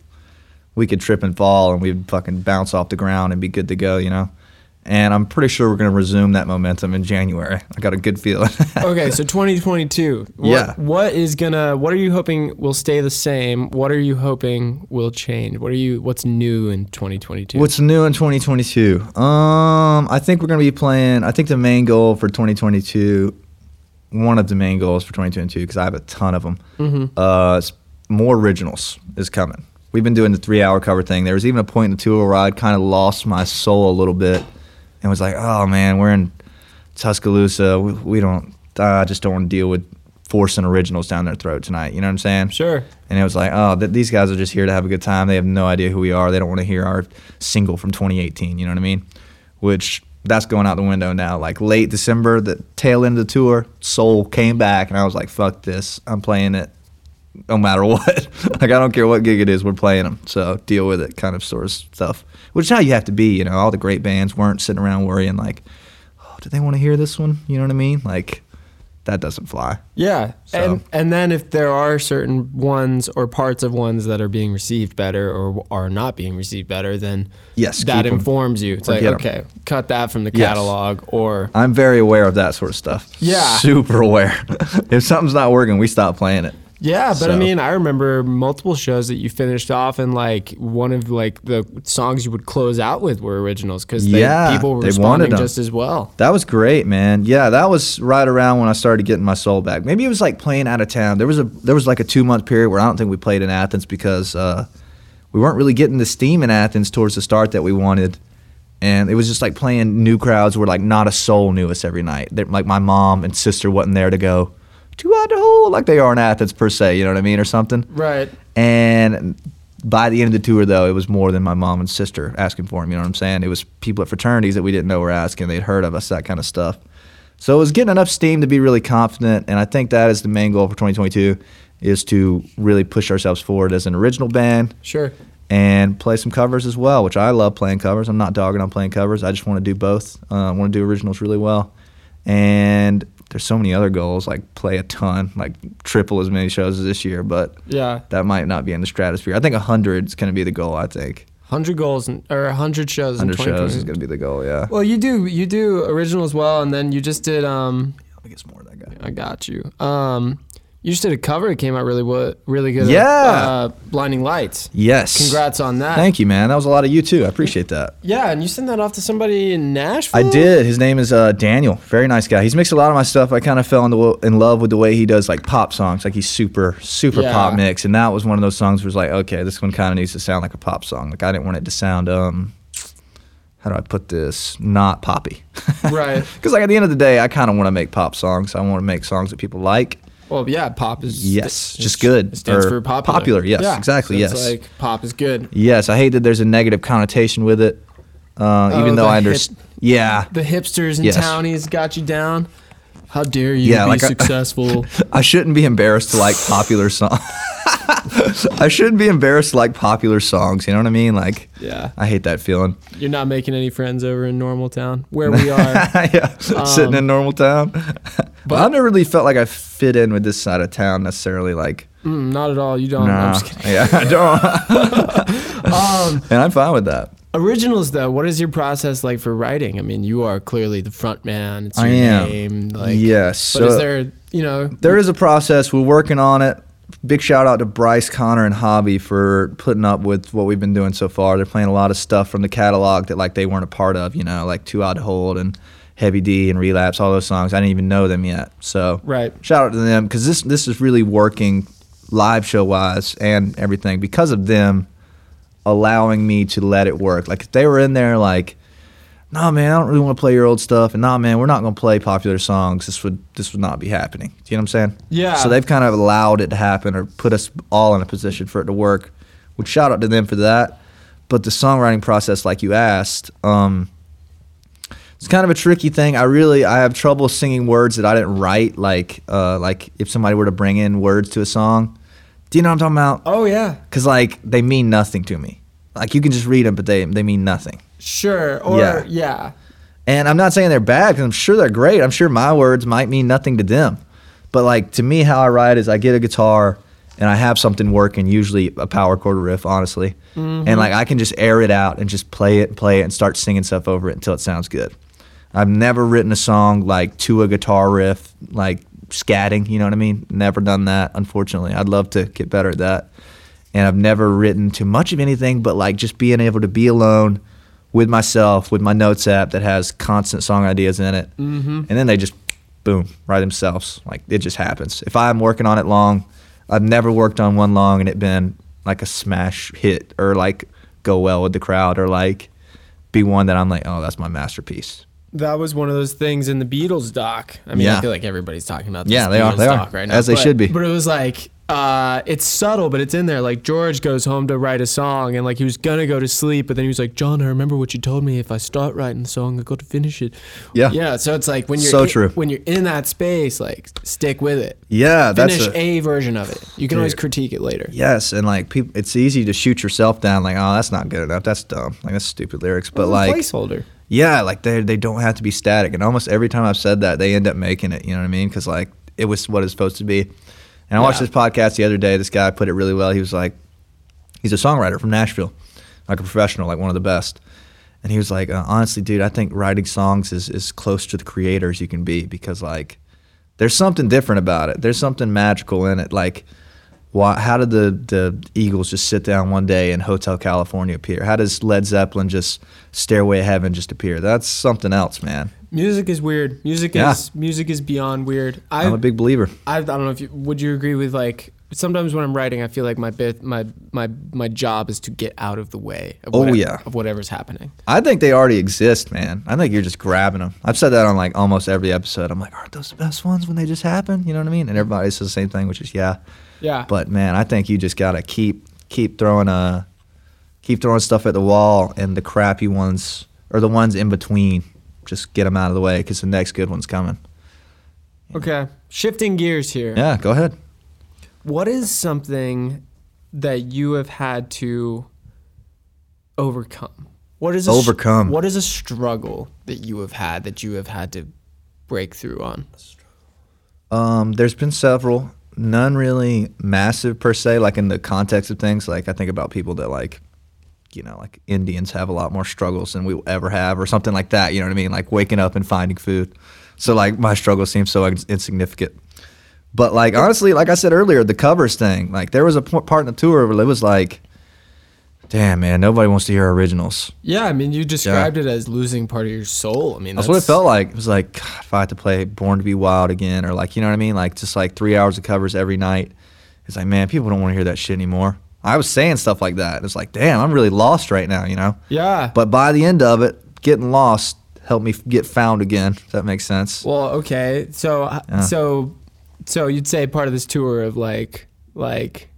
B: we could trip and fall and we'd fucking bounce off the ground and be good to go, you know? And I'm pretty sure we're gonna resume that momentum in January. I got a good feeling.
A: okay, so 2022. What,
B: Yeah.
A: What is gonna? What are you hoping will stay the same? What are you hoping will change? What are you? What's new in 2022?
B: What's new in 2022? Um, I think we're gonna be playing. I think the main goal for 2022, one of the main goals for 2022, because I have a ton of them, uh, is more originals is coming. We've been doing the three hour cover thing. There was even a point in the tour where I kind of lost my soul a little bit and was like, oh man, we're in Tuscaloosa. We, we don't, I just don't want to deal with forcing originals down their throat tonight. You know what I'm saying?
A: Sure.
B: And it was like, oh, th- these guys are just here to have a good time. They have no idea who we are. They don't want to hear our single from 2018. You know what I mean? Which that's going out the window now. Like late December, the tail end of the tour, Soul came back, and I was like, fuck this. I'm playing it no matter what. like I don't care what gig it is, we're playing them. So deal with it, kind of sort of stuff. Which is how you have to be. You know, all the great bands weren't sitting around worrying like, oh, do they want to hear this one? You know what I mean? Like that doesn't fly.
A: Yeah.
B: So-
A: And and then if there are certain ones or parts of ones that are being received better or are not being received better, then
B: Yes,
A: that
B: keep 'em.
A: informs you. It's like,
B: Forget 'em.
A: okay, cut that from the
B: Yes.
A: catalog or
B: I'm very aware of that sort of stuff.
A: Yeah.
B: Super aware. if something's not working, we stop playing it.
A: Yeah, but I
B: So-
A: mean, I remember multiple shows that you finished off, and like one of like the songs you would close out with were originals because
B: Yeah,
A: people were
B: they
A: responding
B: wanted 'em.
A: just as well.
B: That was great, man. Yeah, that was right around when I started getting my soul back. Maybe it was like playing out of town. There was a there was like a two month period where I don't think we played in Athens because uh, we weren't really getting the steam in Athens towards the start that we wanted, and it was just like playing new crowds where like not a soul knew us every night. That like my mom and sister wasn't there to go to Idaho like they are in Athens per se. You know what I mean or something.
A: Right.
B: And by the end of the tour, though, it was more than my mom and sister asking for him. You know what I'm saying? It was people at fraternities that we didn't know were asking. They'd heard of us, that kind of stuff. So it was getting enough steam to be really confident. And I think that is the main goal for 2022 is to really push ourselves forward as an original band
A: Sure.
B: and play some covers as well, which I love playing covers. I'm not dogging on playing covers. I just want to do both. Uh, I want to do originals really well. And there's so many other goals, like play a ton, like triple as many shows as this year. But
A: Yeah.
B: that might not be in the stratosphere. I think 100 is going to be the goal, I think.
A: Hundred goals and or hundred shows. in
B: 100 shows
A: 2020.
B: is going to be the goal, yeah.
A: Well, you do you do originals well, and then you just did. Um,
B: Let me get some more of that guy.
A: I got you. Um, you just did a cover. It came out really wo- really good.
B: Yeah.
A: Uh, Blinding lights.
B: Yes.
A: Congrats on that.
B: Thank you, man. That was a lot of you, too. I appreciate that.
A: yeah, and you sent that off to somebody in Nashville.
B: I did. His name is uh, Daniel. Very nice guy. He's mixed a lot of my stuff. I kind of fell in, the, in love with the way he does like pop songs. Like he's super, super
A: Yeah.
B: pop mix. And that was one of those songs where it's like, okay, this one kind of needs to sound like a pop song. Like I didn't want it to sound, um, how do I put this? Not poppy.
A: Right.
B: Because like at the end of the day, I kind of want to make pop songs. I want to make songs that people like.
A: Well, yeah, pop is
B: Yes,
A: it's-
B: just good,
A: It stands
B: or
A: for popular.
B: popular, yes,
A: Yeah,
B: exactly,
A: so it's
B: yes.
A: like pop is good.
B: Yes, I hate that there's a negative connotation with it. Uh,
A: Oh,
B: even though
A: the
B: I
A: hip-
B: understand. Yeah,
A: The hipsters and
B: Yes.
A: townies got you down. How dare you
B: Yeah,
A: be
B: like I-
A: successful?
B: I shouldn't be embarrassed to like popular songs. I shouldn't be embarrassed to like popular songs. You know what I mean? Like,
A: yeah,
B: I hate that feeling.
A: you're not making any friends over in Normal Town where we are.
B: yeah, sitting
A: Um,
B: in normal town. but I never really felt like I fit in with this side of town necessarily. Like,
A: Mm, not at all. You don't. I'm
B: nah,
A: just kidding. Um,
B: yeah, I don't. and I'm fine with that.
A: Originals though, what is your process like for writing? I mean, you are clearly the front man. It's your
B: I am.
A: name. Like,
B: yes.
A: But is
B: so-
A: there, you know,
B: There is a process. We're working on it. Big shout out to Bryce Connor and Hobby for putting up with what we've been doing so far. They're playing a lot of stuff from the catalog that like they weren't a part of, you know, like Two Out to Hold and Heavy D and Relapse, all those songs. I didn't even know them yet. So
A: Right.
B: shout out to them because this this is really working live show wise and everything because of them allowing me to let it work. Like if they were in there like nah man, I don't really want to play your old stuff and nah man, we're not gonna play popular songs. This would this would not be happening. Do you know what I'm saying?
A: Yeah.
B: So they've kind of allowed it to happen or put us all in a position for it to work. Would shout out to them for that. But the songwriting process, like you asked, um, it's kind of a tricky thing. I really I have trouble singing words that I didn't write. Like uh, like if somebody were to bring in words to a song, do you know what I'm talking about?
A: oh yeah,
B: Because like they mean nothing to me. Like you can just read them, but they they mean nothing.
A: sure, or
B: Yeah.
A: yeah.
B: And I'm not saying they're bad because I'm sure they're great. I'm sure my words might mean nothing to them. But like to me, how I write is I get a guitar and I have something working, usually a power chord riff, honestly. And like I can just air it out and just play it and play it and start singing stuff over it until it sounds good. I've never written a song like to a guitar riff, like scatting, you know what I mean? Never done that, unfortunately. I'd love to get better at that. And I've never written too much of anything, but like just being able to be alone with myself, with my notes app that has constant song ideas in it. Mm-hmm. And then they just boom, write themselves. Like it just happens. If I'm working on it long, I've never worked on one long and it been like a smash hit or like go well with the crowd or like be one that I'm like, oh, that's my masterpiece.
A: That was one of those things in the Beatles doc. I mean, I
B: Yeah.
A: feel like everybody's talking about this
B: Yeah, they are-
A: Beatles
B: they are,
A: doc right now,
B: as they
A: but-
B: should be.
A: But it was like uh, it's subtle, but it's in there. Like George goes home to write a song, and like he was gonna go to sleep, but then he was like, "John, I remember what you told me. If I start writing the song, I got to finish it."
B: Yeah.
A: yeah. So it's like when you're
B: So
A: in-
B: true.
A: when you're in that space, like stick with it.
B: Yeah,
A: Finish
B: that's a,
A: a, version of it. You can always
B: Dude.
A: critique it later.
B: yes, and like people, it's easy to shoot yourself down like, oh, that's not good enough. That's dumb. Like that's stupid lyrics. But
A: It's a
B: like,
A: placeholder.
B: yeah, like they they don't have to be static. And almost every time I've said that, they end up making it. You know what I mean? Because like it was what it's supposed to be. And I watched
A: Yeah.
B: this podcast the other day. This guy put it really well. He was like, he's a songwriter from Nashville, like a professional, like one of the best. And he was like, uh, honestly, dude, I think writing songs is as close to the creator as you can be because like there's something different about it. There's something magical in it. Like, why, how did the, the Eagles just sit down one day and Hotel California appear? How does Led Zeppelin just Stairway to Heaven just appear? That's something else, man.
A: Music is weird. Music
B: Yeah.
A: is music is beyond weird. I,
B: I'm a big believer.
A: I, I don't know if you would you agree with like sometimes when I'm writing, I feel like my bit my my my job is to get out of the way. Of
B: Oh,
A: whatever,
B: yeah.
A: of whatever's happening.
B: I think they already exist, man. I think you're just grabbing them. I've said that on like almost every episode. I'm like, aren't those the best ones when they just happen? You know what I mean? And everybody says the same thing, which is yeah.
A: Yeah,
B: But man, I think you just gotta keep keep throwing uh keep throwing stuff at the wall, and the crappy ones or the ones in between, just get them out of the way because the next good one's coming.
A: okay. Shifting gears here.
B: Yeah, go ahead.
A: What is something that you have had to overcome? What is a s-
B: Overcome.
A: what is a struggle that you have had that you have had to break through on?
B: Um, there's been several, none really massive per se. Like in the context of things, like I think about people that like, you know, like Indians have a lot more struggles than we will ever have, or something like that. You know what I mean? Like waking up and finding food. So like my struggle seems so ins- insignificant. But like honestly, like I said earlier, the covers thing. Like there was a p- part in the tour where it was like, damn man, nobody wants to hear originals.
A: Yeah, I mean, you described it as losing part of your soul. I mean,
B: That's what it felt like. It was like "God, if I had to play Born to Be Wild again, or like you know what I mean, like just like three hours of covers every night. It's like man, people don't want to hear that shit anymore. I was saying stuff like that. It's like damn, I'm really lost right now, you know.
A: Yeah.
B: But by the end of it, getting lost helped me f- get found again. If that makes sense.
A: Well, okay. So
B: Yeah.
A: so so you'd say part of this tour of like like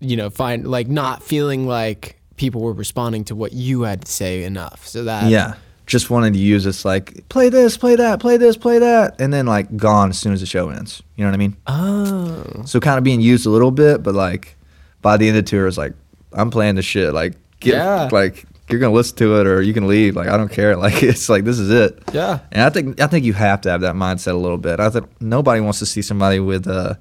A: you know, find like not feeling like people were responding to what you had to say enough. So that
B: yeah, just wanted to use this like play this, play that, play this, play that, and then like gone as soon as the show ends. You know what I mean?
A: Oh.
B: So kind of being used a little bit, but like by the end of the tour, it's like I'm playing the shit. Like get
A: Yeah.
B: like you're gonna listen to it or you can leave. Like I don't care. Like it's like this is it.
A: Yeah.
B: And I think I think you have to have that mindset a little bit. I think nobody wants to see somebody with uh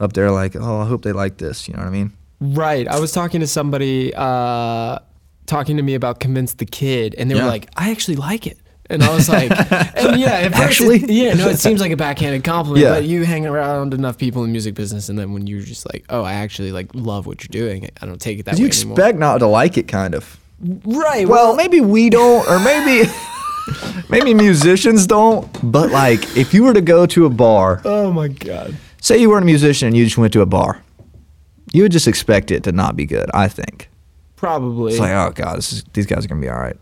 B: up there like oh I hope they like this. You know what I mean?
A: Right. I was talking to somebody uh talking to me about Convince the Kid and they
B: Yeah.
A: were like, I actually like it. And I was like, and yeah, at first it-
B: Actually?
A: yeah, no, it seems like a backhanded compliment,
B: Yeah.
A: but you hang around enough people in the music business, and then when you're just like, oh, I actually like love what you're doing, I don't take it that way
B: you
A: anymore.
B: expect not to like it, kind of.
A: Right.
B: Well, maybe we don't, or maybe maybe musicians don't. But like if you were to go to a bar
A: oh my god.
B: Say you weren't a musician and you just went to a bar. You would just expect it to not be good, I think.
A: Probably.
B: It's like, oh god, this is, these guys are gonna be all right.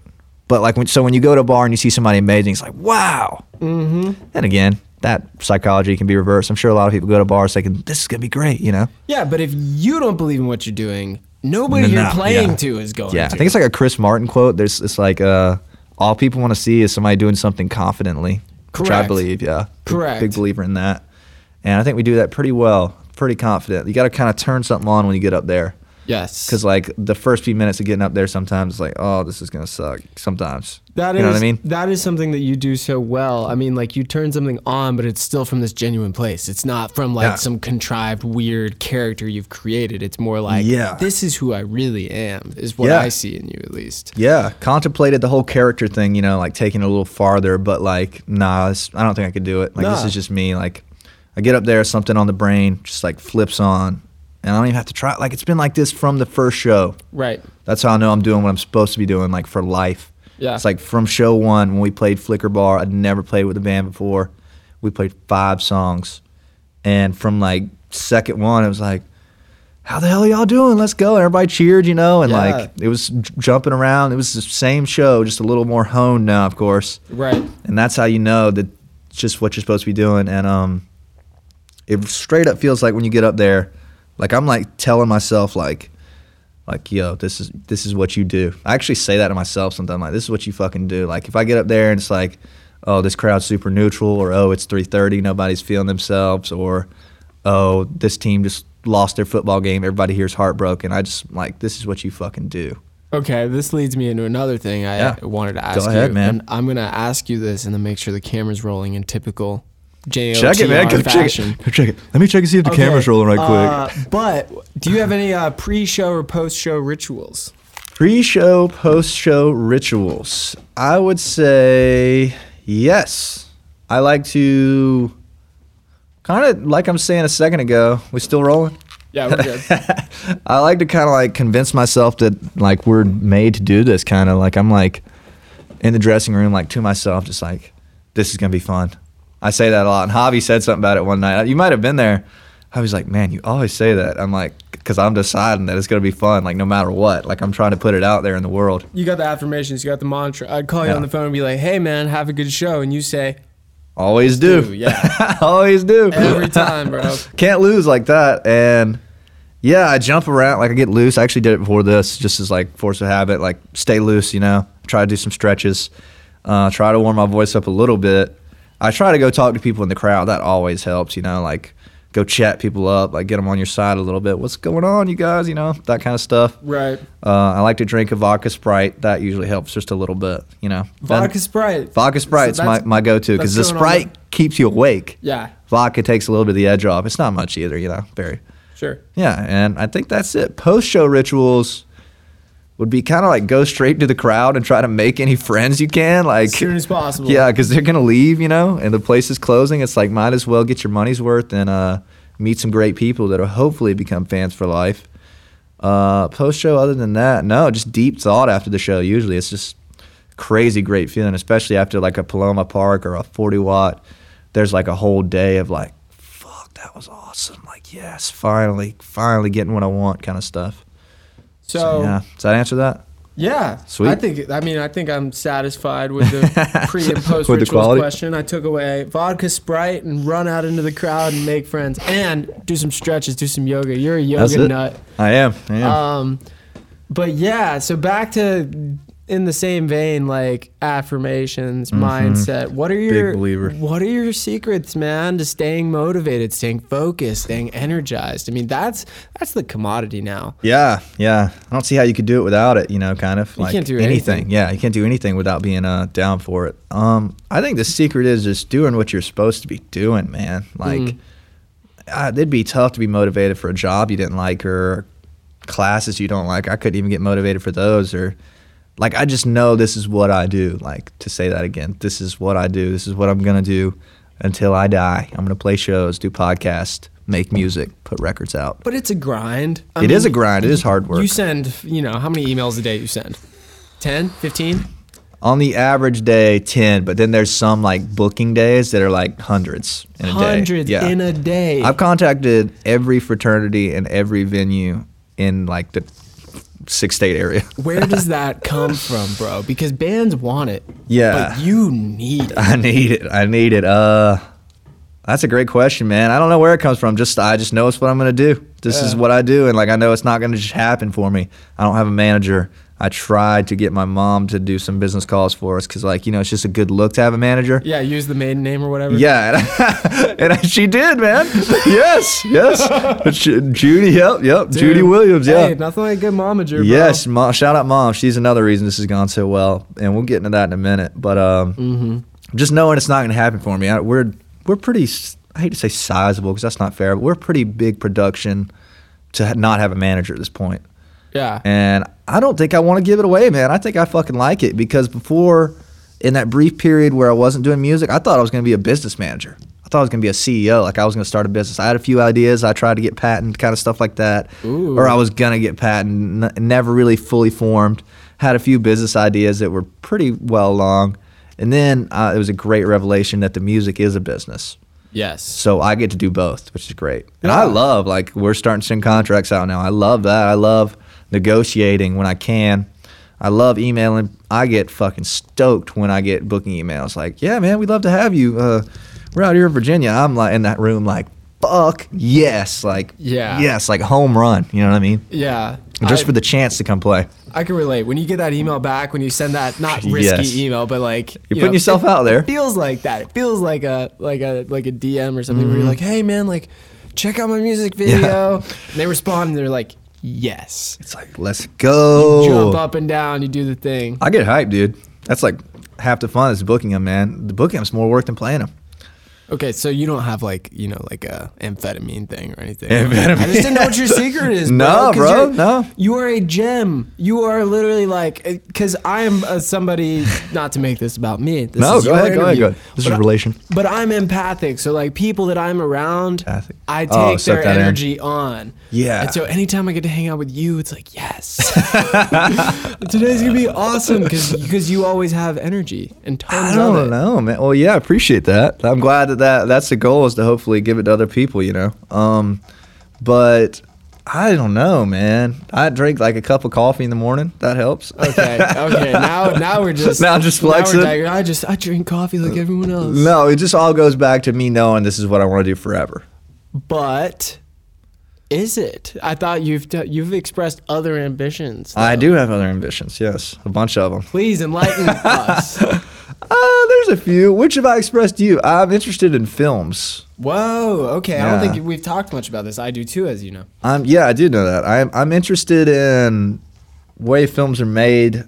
B: But like, when, so when you go to a bar and you see somebody amazing, it's like, wow. Mm-hmm. And again, that psychology can be reversed. I'm sure a lot of people go to bars thinking this is gonna be great, you know?
A: yeah, but if you don't believe in what you're doing, nobody
B: No,
A: you're
B: no,
A: playing
B: yeah.
A: to is going
B: Yeah, I
A: to.
B: think it's like a Chris Martin quote. There's, it's like, uh, all people want to see is somebody doing something confidently, which I
A: Correct.
B: believe. Yeah, Big-
A: Correct.
B: Big believer in that, and I think we do that pretty well, pretty confident. You got to kind of turn something on when you get up there.
A: yes.
B: Because like the first few minutes of getting up there, sometimes it's like, oh, this is gonna suck. Sometimes
A: That
B: you know what I
A: is-
B: mean.
A: That is something that you do so well. I mean, like you turn something on, but it's still from this genuine place. It's not from like
B: Yeah.
A: some contrived, weird character you've created. It's more like,
B: Yeah.
A: this is who I really am. Is what
B: Yeah.
A: I see in you, at least.
B: Yeah, contemplated the whole character thing, you know, like taking it a little farther, but like, nah, this, I don't think I could do it. Like this
A: Nah.
B: is just me. Like, I get up there, something on the brain just like flips on, and I don't even have to try. Like it's been like this from the first show.
A: Right.
B: That's how I know I'm doing what I'm supposed to be doing, like for life.
A: Yeah.
B: It's like from show one when we played Flicker Bar, I'd never played with a band before. We played five songs. And from like second one, it was like, how the hell are y'all doing? Let's go. And everybody cheered, you know, and
A: Yeah.
B: like it was j- jumping around. It was the same show, just a little more honed now, of course.
A: Right.
B: And that's how you know that it's just what you're supposed to be doing. And um, it straight up feels like when you get up there, like I'm like telling myself like, like yo, this is this is what you do. I actually say that to myself sometimes. Like this is what you fucking do. Like if I get up there and it's like, oh, this crowd's super neutral, or oh, it's 3:30, nobody's feeling themselves, or oh, this team just lost their football game, everybody here's heartbroken. I just like this is what you fucking do.
A: Okay, this leads me into another thing I
B: Yeah.
A: wanted to ask
B: Go ahead,
A: you.
B: man.
A: And I'm gonna ask you this and then make sure the camera's rolling in typical J O T R
B: Check it, man. Go check
A: fashion.
B: it. Go check it. Let me check and see if the
A: Okay,
B: camera's rolling right quick.
A: uh, but do you have any uh, pre-show or post-show rituals?
B: Pre-show, post-show rituals. I would say yes. I like to kind of like I'm saying a second ago. We still rolling.
A: Yeah, we're good.
B: I like to kind of like convince myself that like we're made to do this. Kind of like I'm like in the dressing room, like to myself, just like this is gonna be fun. I say that a lot. And Javi said something about it one night. You might have been there. I was like, man, you always say that. I'm like, because I'm deciding that it's gonna be fun, like no matter what. Like I'm trying to put it out there in the world.
A: you got the affirmations, you got the mantra. I'd call you
B: Yeah.
A: on the phone and be like, "Hey, man, have a good show," and you say,
B: Always do.
A: "Ooh, yeah,
B: Always do.
A: every time, bro."
B: Can't lose like that. And yeah, I jump around. Like I get loose. I actually did it before this, just as like force of habit. Like stay loose, you know. Try to do some stretches. Uh, try to warm my voice up a little bit. I try to go talk to people in the crowd. That always helps, you know. Like go chat people up. Like get them on your side a little bit. What's going on, you guys? You know that kind of stuff.
A: Right.
B: Uh, I like to drink a vodka sprite. That usually helps just a little bit, you know. Then-
A: Vodka Sprite.
B: Vodka Sprite's my,
A: that's-
B: my go to because the
A: that's going on
B: Sprite keeps you awake.
A: Yeah,
B: Vodka takes a little bit of the edge off. It's not much either, you know. Very.
A: sure.
B: Yeah, and I think that's it. Post show rituals would be kind of like go straight to the crowd and try to make any friends you can. Like,
A: As soon as possible.
B: yeah, because they're gonna leave, you know, and the place is closing. It's like might as well get your money's worth and uh, meet some great people that'll hopefully become fans for life. Uh, Post show, other than that, no, just deep thought after the show. Usually, it's just crazy great feeling, especially after like a Paloma Park or a forty watt. There's like a whole day of like, fuck, that was awesome. Like, yes, finally, finally getting what I want, kind of stuff.
A: So,
B: yeah,
A: yeah.
B: does that answer that? Sweet.
A: I think. I mean, I think I'm satisfied with the pre and post
B: With the
A: rituals
B: quality?
A: question. I took away vodka Sprite and run out into the crowd and make friends and do some stretches, do some yoga. You're a
B: That's
A: yoga
B: it.
A: nut.
B: I am. I am.
A: Um, but yeah, so back to in the same vein, like affirmations, mindset. What are your
B: Mm-hmm. believer.
A: What are your secrets, man, to staying motivated, staying focused, staying energized? I mean, that's that's the commodity now.
B: Yeah, yeah. I don't see how you could do it without it. You know, kind of.
A: You
B: like
A: can't do anything.
B: Yeah, you can't do anything without being uh, down for it. Um, I think the secret is just doing what you're supposed to be doing, man. Like,
A: Mm.
B: uh, it'd be tough to be motivated for a job you didn't like or classes you don't like. I couldn't even get motivated for those or. Like I just know this is what I do. Like to say that again, this is what I do. This is what I'm gonna do until I die. I'm gonna play shows, do podcasts, make music, put records out.
A: But it's a grind. It is
B: It is a grind. It is hard work.
A: You send, you know, how many emails a day you send? 10, 15?
B: on the average day 10 but then there's some like booking days that are like hundreds in a
A: Hundreds
B: day yeah
A: in a day.
B: i've contacted every fraternity and every venue in like the six state area
A: Where does that come from, bro? Because bands want it.
B: Yeah.
A: But you need it.
B: i need it i need it uh that's a great question man i don't know where it comes from just i just know it's what i'm gonna do this is
A: Yeah.
B: what i do and like i know it's not gonna just happen for me i don't have a manager i tried to get my mom to do some business calls for us because like you know it's just a good look to have a manager
A: Yeah, use the maiden name or whatever.
B: Yeah, and, and she did, man. Yes, yes. Ju- Judy, yep, yep.
A: Dude,
B: Judy Williams, yeah.
A: Hey, nothing like a good momager, bro.
B: yes, mom, shout out mom. She's another reason this has gone so well, and we'll get into that in a minute. But um,
A: Mm. Mm-hmm.
B: just knowing it's not going to happen for me, I, we're we're pretty. s- I hate to say sizable because that's not fair, but we're a pretty big production to ha- not have a manager at this point.
A: Yeah.
B: And I don't think I want to give it away, man. I think I fucking like it because before, in that brief period where I wasn't doing music, I thought I was going to be a business manager. I thought I was going to be a CEO. Like I was going to start a business. I had a few ideas. I tried to get patent, kind of stuff like that.
A: Ooh.
B: Or I was going to get patent, n- never really fully formed. Had a few business ideas that were pretty well along. And then uh, it was a great revelation that the music is a business.
A: Yes.
B: So I get to do both, which is great. And I
A: Yeah.
B: love like we're starting to send contracts out now. I love that. I love negotiating when I can. I love emailing. I get fucking stoked when I get booking emails. Like, yeah, man, we'd love to have you. Uh, we're out here in Virginia. I'm like in that room, like, fuck yes, like,
A: Yeah.
B: yes, like home run. You know what I mean?
A: Yeah.
B: Just
A: I,
B: for the chance to come play.
A: I can relate. When you get that email back, when you send that not risky
B: Yes.
A: email, but like you're
B: putting yourself out there.
A: It feels like that. It feels like a like a like a DM or something where
B: Mm-hmm.
A: you're like, hey man, like check out my music video. And they respond and they're like, yes.
B: It's like, let's go.
A: Jump up and down. You do the thing.
B: I get hyped, dude. That's like half the fun is booking them, man. The booking them's more work than playing them.
A: Okay, so you don't have like you know like a amphetamine thing or anything.
B: Amphetamine.
A: I just didn't know what your secret is.
B: No,
A: 'cause
B: bro,
A: you're-
B: no.
A: You are a gem. You are literally like because I am uh, somebody. Not to make this about me. This
B: No,
A: is
B: go
A: your
B: ahead, go ahead,
A: interview,
B: go ahead. This is
A: but I-
B: relation.
A: but I'm empathic, so like people that I'm around,
B: Empathic.
A: I take
B: Oh, suck
A: their
B: that in.
A: energy on.
B: Yeah.
A: And so anytime I get to hang out with you, it's like yes. Today's gonna be awesome because you always have energy and tons
B: I
A: of
B: don't
A: it.
B: know, man. Well, yeah, I appreciate that. I'm glad that, that that's the goal is to hopefully give it to other people, you know. Um, but I don't know, man. I drink like a cup of coffee in the morning. That helps.
A: Okay. Okay. Now, now we're just
B: Now just flexing. Uh,
A: we're dig- I just I drink coffee like everyone else.
B: no, it just all goes back to me knowing this is what I want to do forever.
A: But is it? I thought you've t- you've expressed other ambitions.
B: I do have other ambitions. Yes, a bunch of them.
A: Please enlighten us.
B: Uh, there's a few. Which have I expressed to you? I'm interested in films.
A: Whoa. Okay. I
B: Yeah.
A: don't think we've talked much about this. I do too, as you know.
B: Um, yeah, I do know that. I'm I'm interested in way films are made,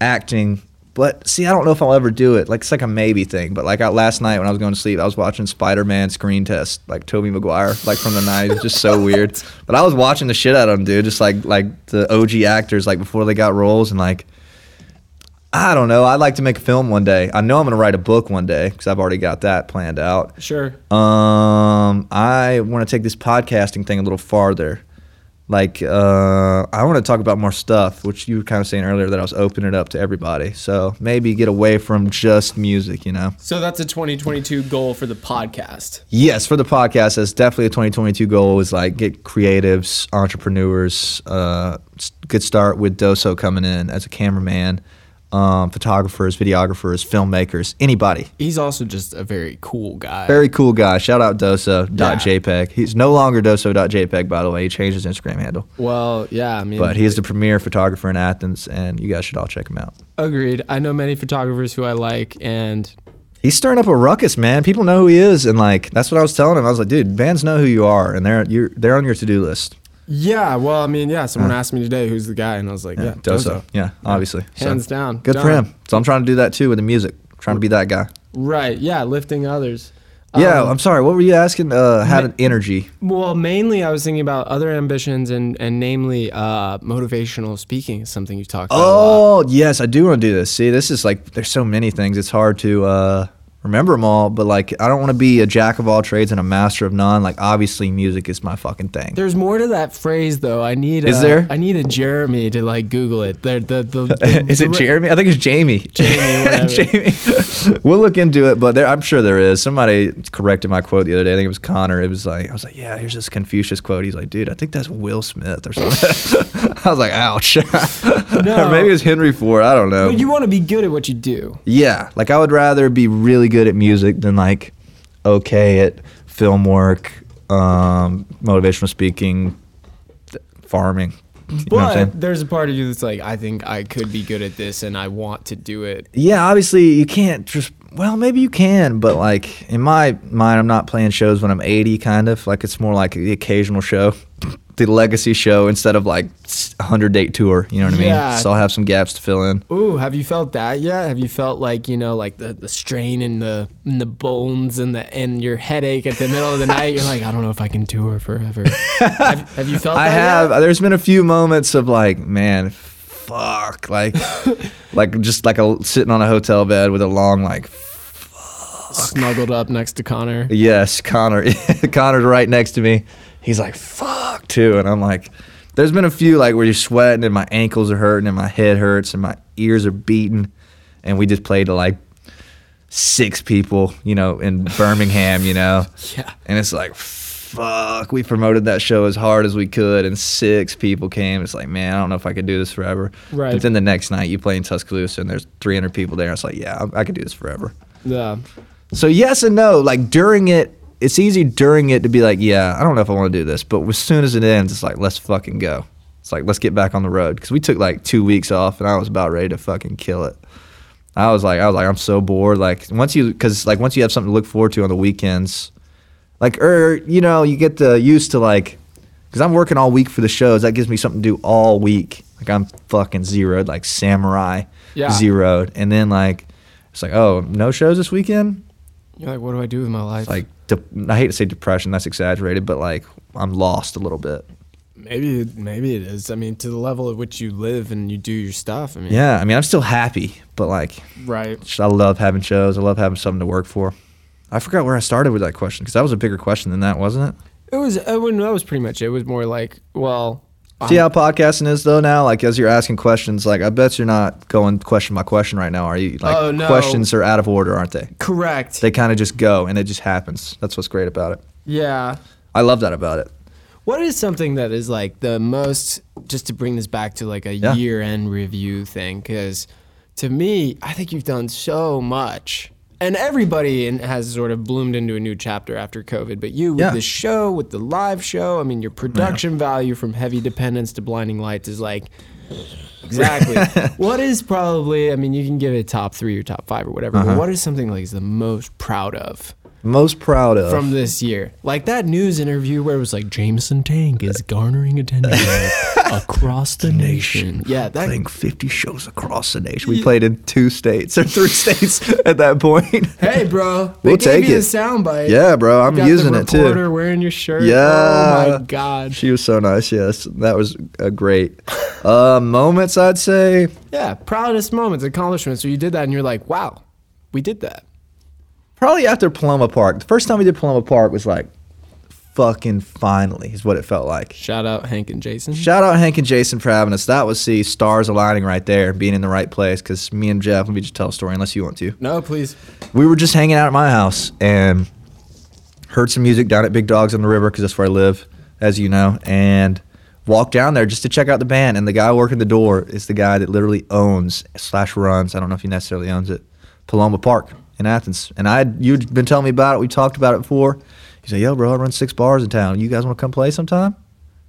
B: acting. But see, I don't know if I'll ever do it. Like it's like a maybe thing. But like I, last night when I was going to sleep, I was watching Spider Man screen test, like Tobey Maguire, like from the '90s. Just so weird. But I was watching the shit out of him, dude. Just like like the OG actors, like before they got roles, and like I don't know. I'd like to make a film one day. I know I'm gonna write a book one day because I've already got that planned out.
A: Sure.
B: Um, I want to take this podcasting thing a little farther. Like, uh, I want to talk about more stuff, which you were kind of saying earlier that I was opening it up to everybody. So maybe get away from just music, you know?
A: So that's a 2022 goal for the podcast.
B: Yes, for the podcast, that's definitely a 2022 goal is like get creatives, entrepreneurs. Uh, s- good start with Doso coming in as a cameraman, um, photographers, videographers, filmmakers, anybody.
A: He's also just a very cool guy.
B: Very cool guy. Shout out doso.jpg. E He's no longer doso.jpg, E by the way. He changed his Instagram handle.
A: well, yeah. I mean,
B: But he is the premier photographer in Athens, and you guys should all check him out.
A: agreed. I know many photographers who I like, and
B: He's stirring up a ruckus, man. People know who he is, and like that's what I was telling him. I was like, dude, bands know who you are, and they're you're, they're on your to do list.
A: yeah. Well, I mean, yeah. Someone asked me today who's the guy, and I was like, yeah,
B: Doso, yeah, obviously, So,
A: Hands down.
B: Good for
A: Done.
B: him. So I'm trying to do that too with the music. Trying to be that guy.
A: Right. Yeah. Lifting others.
B: Yeah,
A: Um,
B: I'm sorry. What were you asking? Uh, had an energy.
A: well, mainly I was thinking about other ambitions and, and namely uh, motivational speaking is something you talked about. a lot.
B: Oh yes, I do want to do this. See, this is like there's so many things. It's hard to uh, remember them all. But like, I don't want to be a jack of all trades and a master of none. Like, obviously, music is my fucking thing.
A: There's more to that phrase though. I need.
B: Is
A: a,
B: there?
A: I need a Jeremy to like Google it. The, the, the, the,
B: Is it
A: the-
B: Jeremy? I think it's Jamie.
A: Jamie, whatever.
B: Jamie. we'll look into it, but there, I'm sure there is. Somebody corrected my quote the other day. I think it was Connor. It was like I was like, yeah, here's this Confucius quote. He's like, dude, I think that's Will Smith or something. I was like, ouch.
A: No.
B: or maybe it's Henry Ford. I don't know.
A: But you want to be good at what you do.
B: Yeah, like I would rather be really good at music than like okay at film work, um, motivational speaking, th- farming. You know what I'm saying?
A: But there's a part of you that's like, I think I could be good at this, and I want to do it.
B: Yeah, obviously you can't just. Well, maybe you can, but like in my mind, I'm not playing shows when I'm 80. Kind of like it's more like the occasional show, the legacy show instead of like 100 date tour. You know what I mean?
A: Yeah.
B: So I'll have some gaps to fill in.
A: Ooh, have you felt that yet? Have you felt like you know, like the, the strain in the in the bones and the and your headache at the middle of the night? You're like, I don't know if I can tour forever. have, have you felt?
B: I
A: that yet?
B: have. There's been a few moments of like, man, fuck, like, like just like a sitting on a hotel bed with a long like,
A: snuggled up next to Connor.
B: yes, Connor, Connor's right next to me. He's like, fuck, too, and I'm like, there's been a few like where you're sweating and my ankles are hurting and my head hurts and my ears are beating, and we just played to like six people, you know, in Birmingham, you know.
A: Yeah.
B: And it's like, fuck, we promoted that show as hard as we could, and six people came. It's like, man, I don't know if I could do this forever.
A: Right.
B: But then the next night, you play in Tuscaloosa, and there's 300 people there. It's like, yeah, I, I could do this forever.
A: Yeah.
B: So yes and no. Like during it, it's easy during it to be like, yeah, I don't know if I want to do this, but as soon as it ends, it's like, let's fucking go. It's like let's get back on the road because we took like two weeks off, and I was about ready to fucking kill it. I was like, I was like, I'm so bored. Like once you, because like once you have something to look forward to on the weekends, like or you know, you get the used to like, because I'm working all week for the shows. That gives me something to do all week. Like I'm fucking zeroed, like samurai
A: Yeah.
B: zeroed, and then like. It's like, oh, no shows this weekend?
A: You're like, what do I do with my life?
B: like de- I hate to say depression, that's exaggerated, but like I'm lost a little bit.
A: maybe, maybe it is. I mean, to the level at which you live and you do your stuff. I mean,
B: Yeah, I mean I'm still happy, but like
A: right.
B: sh- I love having shows. I love having something to work for. I forgot where I started with that question because that was a bigger question than that, wasn't it?
A: It was. I wouldn't. That was pretty much. It It was more like, well,
B: See how podcasting is though now. Like as you're asking questions, like I bet you're not going question by question right now, are you? Like
A: Oh, no.
B: questions are out of order, aren't they?
A: correct.
B: They kind of just go and it just happens. That's what's great about it.
A: yeah.
B: I love that about it.
A: What is something that is like the most, just to bring this back to like a
B: Yeah.
A: year end review thing? Because to me, I think you've done so much. And everybody in, has sort of bloomed into a new chapter after COVID. But you, with
B: Yeah.
A: the show, with the live show, I mean, your production value from heavy dependence to blinding lights is like exactly. what is probably, I mean, you can give it top three or top five or whatever, but what is something like is the most proud of?
B: Most proud of
A: from this year. Like that news interview where it was like Jameson Tank is garnering attention across the nation. Yeah, that
B: playing 50 shows across the nation. We played in two states or three states at that point.
A: Hey bro, they
B: We'll
A: gave
B: take
A: you
B: it.
A: a soundbite.
B: Yeah, bro, I'm
A: Got
B: using
A: the
B: it too.
A: reporter wearing your shirt.
B: Yeah.
A: Oh my god.
B: She was so nice. Yes, that was a great uh, moments. I'd say
A: Yeah, proudest moments, accomplishments. So you did that and you're like, wow, we did that.
B: probably after Paloma Park. The first time we did Paloma Park was like fucking finally is what it felt like.
A: Shout out Hank and Jason.
B: Shout out Hank and Jason for having us. That was see stars aligning right there, being in the right place. Because me and Jeff, let me just tell a story unless you want to.
A: no, please.
B: we were just hanging out at my house and heard some music down at Big Dogs on the River because that's where I live, as you know, and walked down there just to check out the band. And the guy working the door is the guy that literally owns slash runs. I don't know if he necessarily owns it, Paloma Park in Athens. And I, had- you'd been telling me about it. We talked about it before. He said, "Yo, bro, I run six bars in town. You guys want to come play sometime?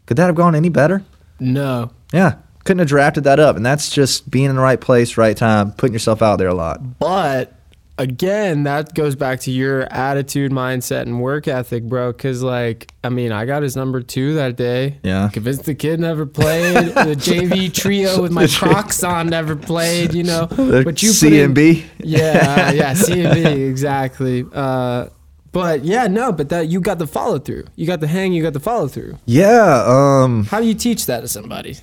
B: Could that have gone any better?"
A: No.
B: Yeah, couldn't have drafted that up. And that's just being in the right place, right time, putting yourself out there a lot.
A: But again, that goes back to your attitude, mindset, and work ethic, bro. Cause like, I mean, I got his number two that day.
B: Yeah.
A: Convinced the kid never played. the JV trio with my Crocs on never played. You know. But you put in-
B: CMB.
A: yeah, uh, yeah, CMB exactly. Uh, but yeah, no, but that you got the follow through. You got the hang. You got the follow through.
B: Yeah, um,
A: How do you teach that to somebody?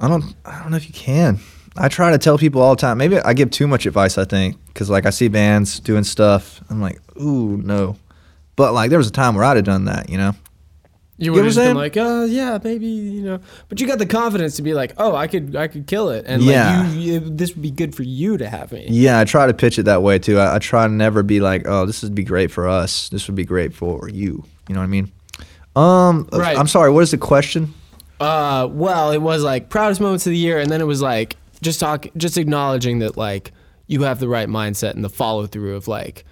B: I don't, I don't know if you can. I try to tell people all the time. Maybe I give too much advice. I think because like I see bands doing stuff, I'm like, ooh, no. But like there was a time where I'd have done that, you know.
A: You
B: You
A: would
B: know
A: have
B: what
A: been
B: I'm
A: like, oh yeah, maybe you know, but you got the confidence to be like, oh, I could, I could kill it, and
B: Yeah.
A: like, you, you, this would be good for you to have me.
B: Yeah, I try to pitch it that way too. I, I try to never be like, oh, this would be great for us. This would be great for you. You know what I mean? Um,
A: Right.
B: I'm sorry. What is the question?
A: Uh, well, it was like proudest moments of the year, and then it was like just talk, just acknowledging that like you have the right mindset and the follow through of like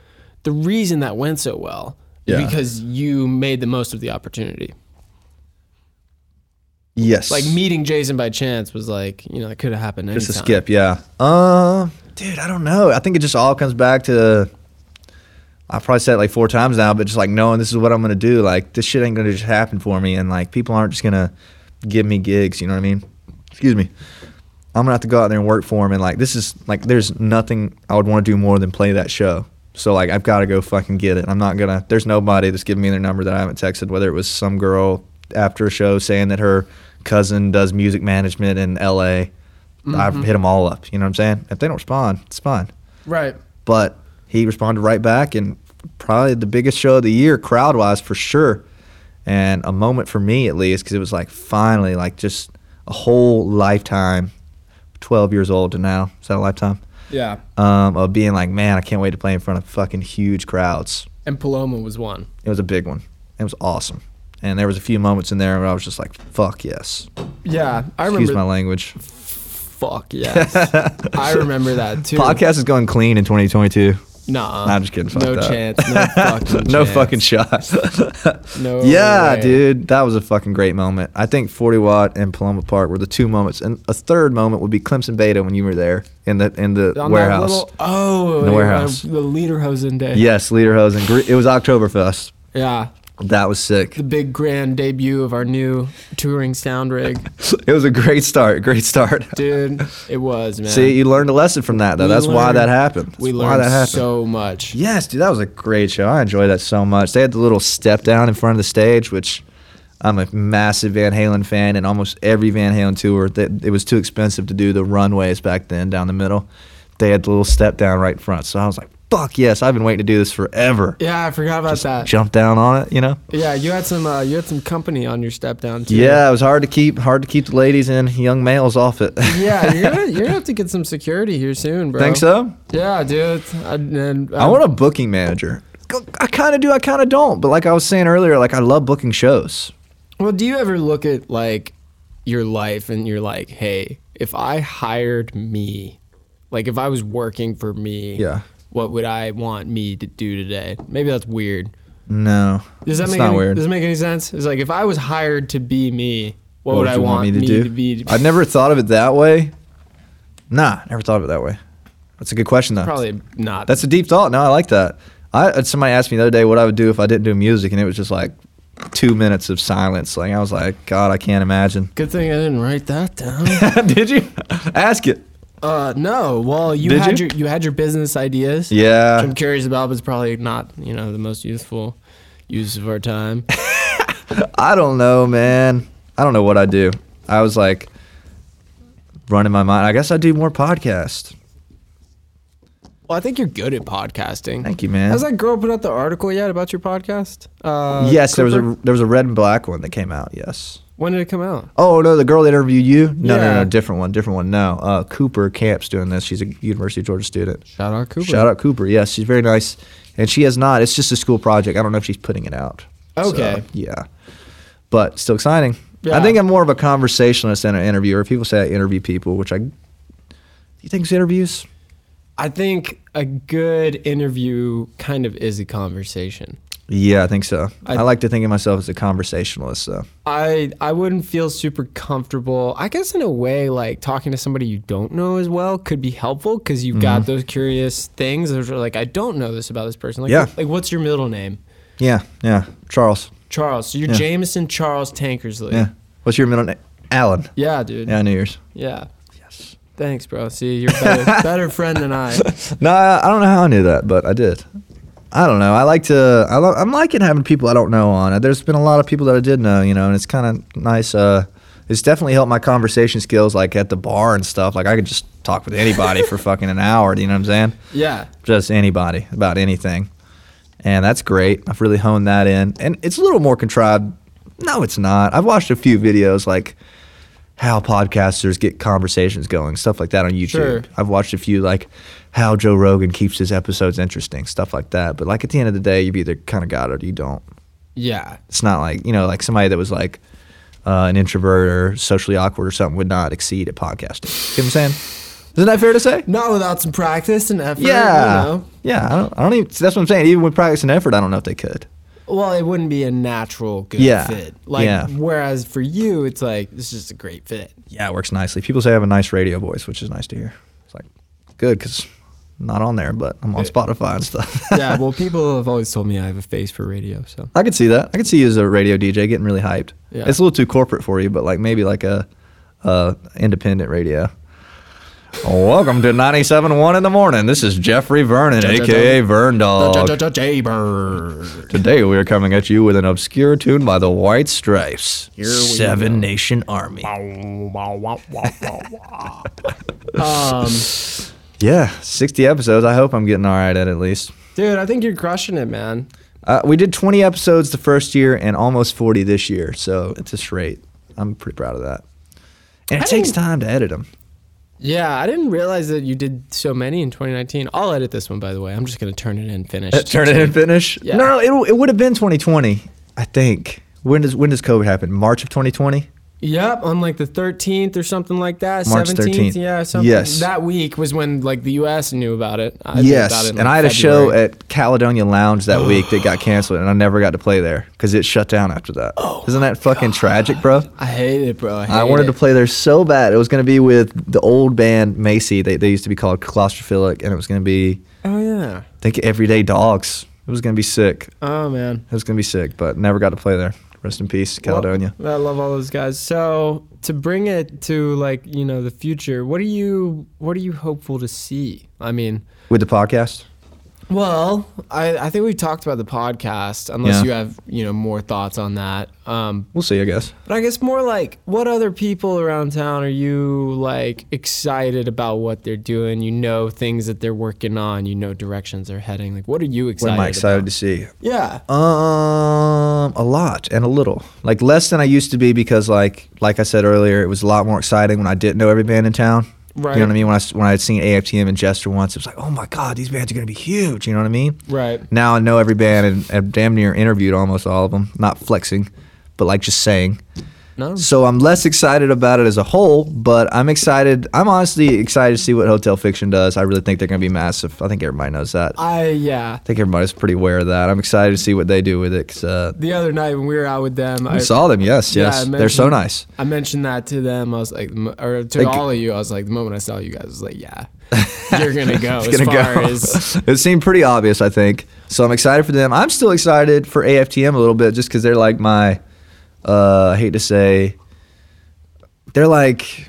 A: the reason that went so well is
B: Yeah.
A: because you made the most of the opportunity.
B: Yes.
A: Like meeting Jason by chance was like, you know, it could have happened.
B: Just a
A: anytime.
B: skip, yeah. Um, dude, I don't know. I think it just all comes back to. I've probably said it like four times now, but just like knowing this is what I'm gonna do. Like this shit ain't gonna just happen for me, and like people aren't just gonna give me gigs. You know what I mean? Excuse me. I'm gonna have to go out there and work for them, and like this is like there's nothing I would want to do more than play that show. So like I've got to go fucking get it. I'm not gonna. There's nobody that's giving me their number that I haven't texted. Whether it was some girl after a show saying that her cousin does music management in L.A. I've
A: Mm-hmm.
B: hit them all up. You know what I'm saying? If they don't respond, it's fine.
A: right?
B: But he responded right back, and probably the biggest show of the year, crowd wise, for sure. And a moment for me, at least, because it was like finally, like just a whole lifetime, 12 years old to now. Is that a lifetime?
A: Yeah.
B: um, of being like, man, I can't wait to play in front of fucking huge crowds.
A: And Paloma was one.
B: It was a big one. It was awesome. And there was a few moments in there where I was just like, fuck yes.
A: Yeah. I
B: Excuse
A: remember.
B: my language.
A: Fuck yes. I remember that too.
B: Podcast is going clean in 2022.
A: Nah.
B: Nah, I'm just kidding. Fuck
A: no
B: that.
A: chance. No fucking
B: no
A: chance.
B: fucking shot.
A: No.
B: yeah,
A: way.
B: dude, that was a fucking great moment. I think 40 Watt and Paloma Park were the two moments, and a third moment would be Clemson Beta when you were there in the in the
A: On that
B: warehouse.
A: little- oh,
B: The
A: yeah,
B: warehouse.
A: The Lederhosen day.
B: yes, Lederhosen. Gre- It was Oktoberfest.
A: Yeah.
B: That was sick.
A: The big grand debut of our new touring sound rig.
B: It was a great start. Great start.
A: Dude, it was, man.
B: See, you learned a lesson from that, though.
A: We
B: That's why
A: learned-
B: that happened. That's
A: we
B: why
A: learned
B: that happened.
A: so much.
B: Yes, dude, that was a great show. I enjoyed that so much. They had the little step down in front of the stage, which I'm a massive Van Halen fan, and almost every Van Halen tour, that it was too expensive to do the runways back then down the middle. They had the little step down right in front, so I was like, "Fuck yes, I've been waiting to do this forever."
A: Yeah, I forgot about that.
B: Jump down on it, you know?
A: Yeah, you had some uh, you had some company on your step down too.
B: Yeah, it was hard to keep hard to keep the ladies and young males off it.
A: Yeah, you're gonna, you're gonna have to get some security here soon, bro.
B: Think so?
A: Yeah, dude. I, and,
B: uh, I want a booking manager. I kind of do, I kind of don't. But like I was saying earlier, like I love booking shows.
A: Well, do you ever look at like your life and you're like, hey, if I hired me, like if I was working for me,
B: Yeah.
A: what would I want me to do today? Maybe that's weird.
B: No,
A: Does that
B: it's
A: make
B: not
A: any,
B: weird.
A: Does it make any sense? It's like if I was hired to be me, what, would, I
B: you
A: want, me, to, be?
B: I never thought of it that way. Nah, never thought of it that way. That's a good question though.
A: probably not.
B: That's a deep thought. No, I like that. I uh, somebody asked me the other day what I would do if I didn't do music, and it was just like two minutes of silence. Like I was like, God, I can't imagine.
A: good thing I didn't write that down.
B: Did you ask it?
A: uh, no. Well, you
B: Did
A: had
B: you?
A: your you had your business ideas. which
B: Yeah,
A: I'm curious about, but it's probably not you know the most useful use of our time.
B: I don't know, man. I don't know what I do. I was like running my mind. I guess I do more podcast.
A: Well, I think you're good at podcasting.
B: Thank you, man.
A: Has that girl put out the article yet about your podcast? Uh,
B: yes, there was
A: Cooper?
B: a there was a red and black one that came out. Yes.
A: When did it come out?
B: Oh no, the girl that interviewed you? No, no,
A: Yeah.
B: no, different one, different one. No, uh, Cooper Camp's doing this. She's a University of Georgia student.
A: Shout out Cooper.
B: Shout out Cooper. Yes, she's very nice, and she has not. It's just a school project. I don't know if she's putting it out. So,
A: Okay.
B: yeah, but still exciting.
A: Yeah.
B: I think I'm more of a conversationalist than an interviewer. People say I interview people, which I. You think it's interviews?
A: I think a good interview kind of is a conversation.
B: Yeah, I think so.
A: I-
B: I, like to think of myself as a conversationalist. So
A: I I wouldn't feel super comfortable. I guess in a way, like talking to somebody you don't know as well could be helpful because you've got
B: Mm-hmm.
A: those curious things. Those are like, I don't know this about this person. Like,
B: Yeah.
A: what- like what's your middle name?
B: yeah, yeah. Charles.
A: Charles. So you're
B: Yeah.
A: Jameson Charles Tankersley.
B: Yeah. What's your middle name? Alan.
A: Yeah, dude.
B: Yeah, I knew yours.
A: Yeah.
B: Yes.
A: Thanks, bro. See, you're a better, better friend than I.
B: No, I, I don't know how I knew that, but I did. I don't know. I like to. I lo- I'm liking having people I don't know on. Uh, There's been a lot of people that I did know, you know, and it's kind of nice. Uh, it's definitely helped my conversation skills, like at the bar and stuff. Like I could just talk with anybody for fucking an hour. You know what I'm saying?
A: Yeah.
B: Just anybody about anything, and that's great. I've really honed that in, and it's a little more contrived. No, it's not. I've watched a few videos like how podcasters get conversations going, stuff like that on YouTube.
A: Sure.
B: I've watched a few like how Joe Rogan keeps his episodes interesting, stuff like that. But like at the end of the day, you've either kind of got it or you don't.
A: Yeah.
B: It's not like you know, like somebody that was like uh, an introvert or socially awkward or something would not exceed at podcasting. You know what I'm saying? Isn't that fair to say?
A: Not without some practice and effort.
B: Yeah,
A: You know?
B: yeah. I don't, I don't even. That's what I'm saying. Even with practice and effort, I don't know if they could.
A: Well, it wouldn't be a natural good
B: Yeah.
A: fit. Like,
B: Yeah.
A: whereas for you, it's like, this is just a great fit.
B: Yeah, it works nicely. People say I have a nice radio voice, which is nice to hear. It's like good because not on there, but I'm on Spotify and stuff.
A: yeah. Well, people have always told me I have a face for radio. So,
B: I could see that. I could see you as a radio DJ getting really hyped.
A: Yeah.
B: It's a little too corporate for you, but like maybe like a uh, independent radio. Welcome to 97.1 in the morning. This is Jeffrey Vernon, aka Verndog.
A: Jaybird.
B: Today we are coming at you with an obscure tune by the White Stripes,
A: we
B: Seven Nation Army.
A: Um,
B: Yeah, 60 episodes. I hope I'm getting all right at at least.
A: dude, I think you're crushing it, man.
B: Uh, we did 20 episodes the first year and almost 40 this year. So it's a straight. I'm pretty proud of that. And it
A: I
B: takes
A: didn't-
B: time to edit them.
A: Yeah, I didn't realize that you did so many in 2019. I'll edit this one, by the way. I'm just gonna turn it in, finish.
B: Uh, Turn it and finish.
A: Yeah.
B: No, it, it would have been 2020, I think. When does when does COVID happen? March of 2020.
A: Yep, on like the 13th or something like that.
B: March
A: 17th,
B: 13th.
A: yeah, something.
B: Yes.
A: That week was when like the U.S. knew about it. I knew
B: yes,
A: about it in,
B: and
A: like,
B: I had a show
A: February.
B: at Caledonia Lounge that week that got canceled, and I never got to play there because it shut down after that. Oh, isn't that fucking tragic, bro?
A: I hate it, bro. I,
B: I
A: hate
B: wanted
A: it.
B: to play there so bad. It was going to be with the old band Macy. They, they used to be called Claustrophilic, and it was going to be
A: Oh yeah.
B: I think Everyday Dogs. It was going to be sick.
A: Oh man.
B: It was going to be sick, but never got to play there. Rest in peace, Caledonia.
A: Well, I love all those guys. So to bring it to like you know the future, what are you what are you hopeful to see? I mean,
B: With the podcast,
A: well, I, I think we talked about the podcast. Unless
B: Yeah.
A: you have you know more thoughts on that. Um,
B: we'll see. I guess.
A: but I guess more like what other people around town are you like excited about what they're doing? You know things that they're working on. You know directions they're heading. Like what are you excited?
B: What am I excited
A: About?
B: to see?
A: Yeah.
B: Um, a lot and a little, like less than I used to be because, like, like I said earlier, it was a lot more exciting when I didn't know every band in town.
A: Right.
B: You know what I mean? When I s- when I had seen AFTM and Jester once, it was like, oh my god, these bands are gonna be huge. You know what I mean?
A: Right.
B: Now I know every band and have damn near interviewed almost all of them. Not flexing, but like just saying.
A: No.
B: So I'm less excited about it as a whole, but I'm excited. I'm honestly excited to see what Hotel Fiction does. I really think they're gonna be massive. I think everybody knows that.
A: I yeah.
B: I think everybody's pretty aware of that. I'm excited to see what they do with it. 'cause, uh,
A: The other night when we were out with them,
B: I
A: I
B: saw them. Yes,
A: Yeah,
B: yes.
A: I
B: They're so
A: mentioned-
B: nice.
A: I mentioned that to them. I was like, m- or to
B: Like-
A: all of you, I was like, the moment I saw you guys, I was like, yeah, you're gonna go as
B: It's gonna
A: far
B: go.
A: as
B: it seemed pretty obvious, I think. So I'm excited for them. I'm still excited for AFTM a little bit, just because they're like my. Uh, I hate to say. They're like,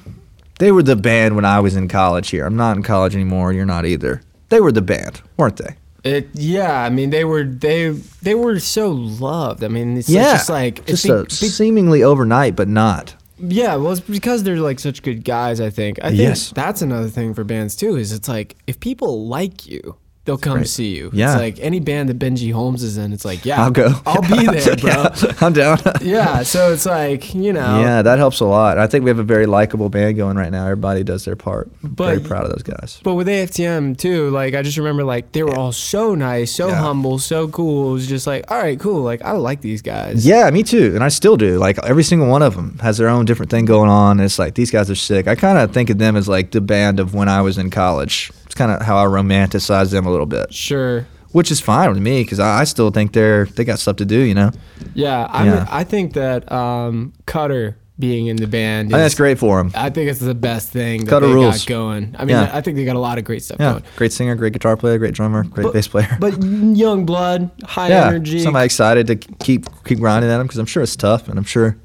B: they were the band when I was in college. Here, I'm not in college anymore. You're not either. They were the band, weren't they?
A: it. Yeah, I mean, they were they they were so loved. I mean, it's
B: yeah,
A: just like it's
B: just
A: be-
B: a
A: be-
B: seemingly overnight, but not.
A: Yeah, well, it's because they're like such good guys. I think. I think
B: Yes.
A: that's another thing for bands too. Is it's like if people like you, they'll come see you.
B: Yeah.
A: it's like any band that Benji Holmes is in, it's like yeah,
B: I'll go.
A: I'll be there, bro.
B: Yeah, I'm down.
A: yeah, so it's like you know.
B: Yeah, that helps a lot. I think we have a very likable band going right now. Everybody does their part.
A: But-
B: very proud of those guys.
A: But with AFTM too, like I just remember like they were all so nice, so
B: Yeah.
A: humble, so cool. It was just like, all right, cool. Like I like these guys.
B: Yeah, me too. And I still do. Like every single one of them has their own different thing going on. It's like these guys are sick. I kind of think of them as like the band of when I was in college. It's kind of how I romanticize them a little bit,
A: Sure.
B: which is fine with me because I, I still think they're they got stuff to do. You know,
A: Yeah. I
B: Yeah.
A: I think that um, Cutter being in the band. Is,
B: I think that's great for them.
A: I think it's the best thing that
B: Cutter
A: they
B: rules.
A: got going. I mean,
B: Yeah.
A: I think they got a lot of great stuff
B: Yeah,
A: going.
B: great singer, great guitar player, great drummer, great
A: But-
B: bass player.
A: But young blood, high
B: yeah,
A: energy.
B: somebody excited to keep keep grinding at them because I'm sure it's tough and I'm sure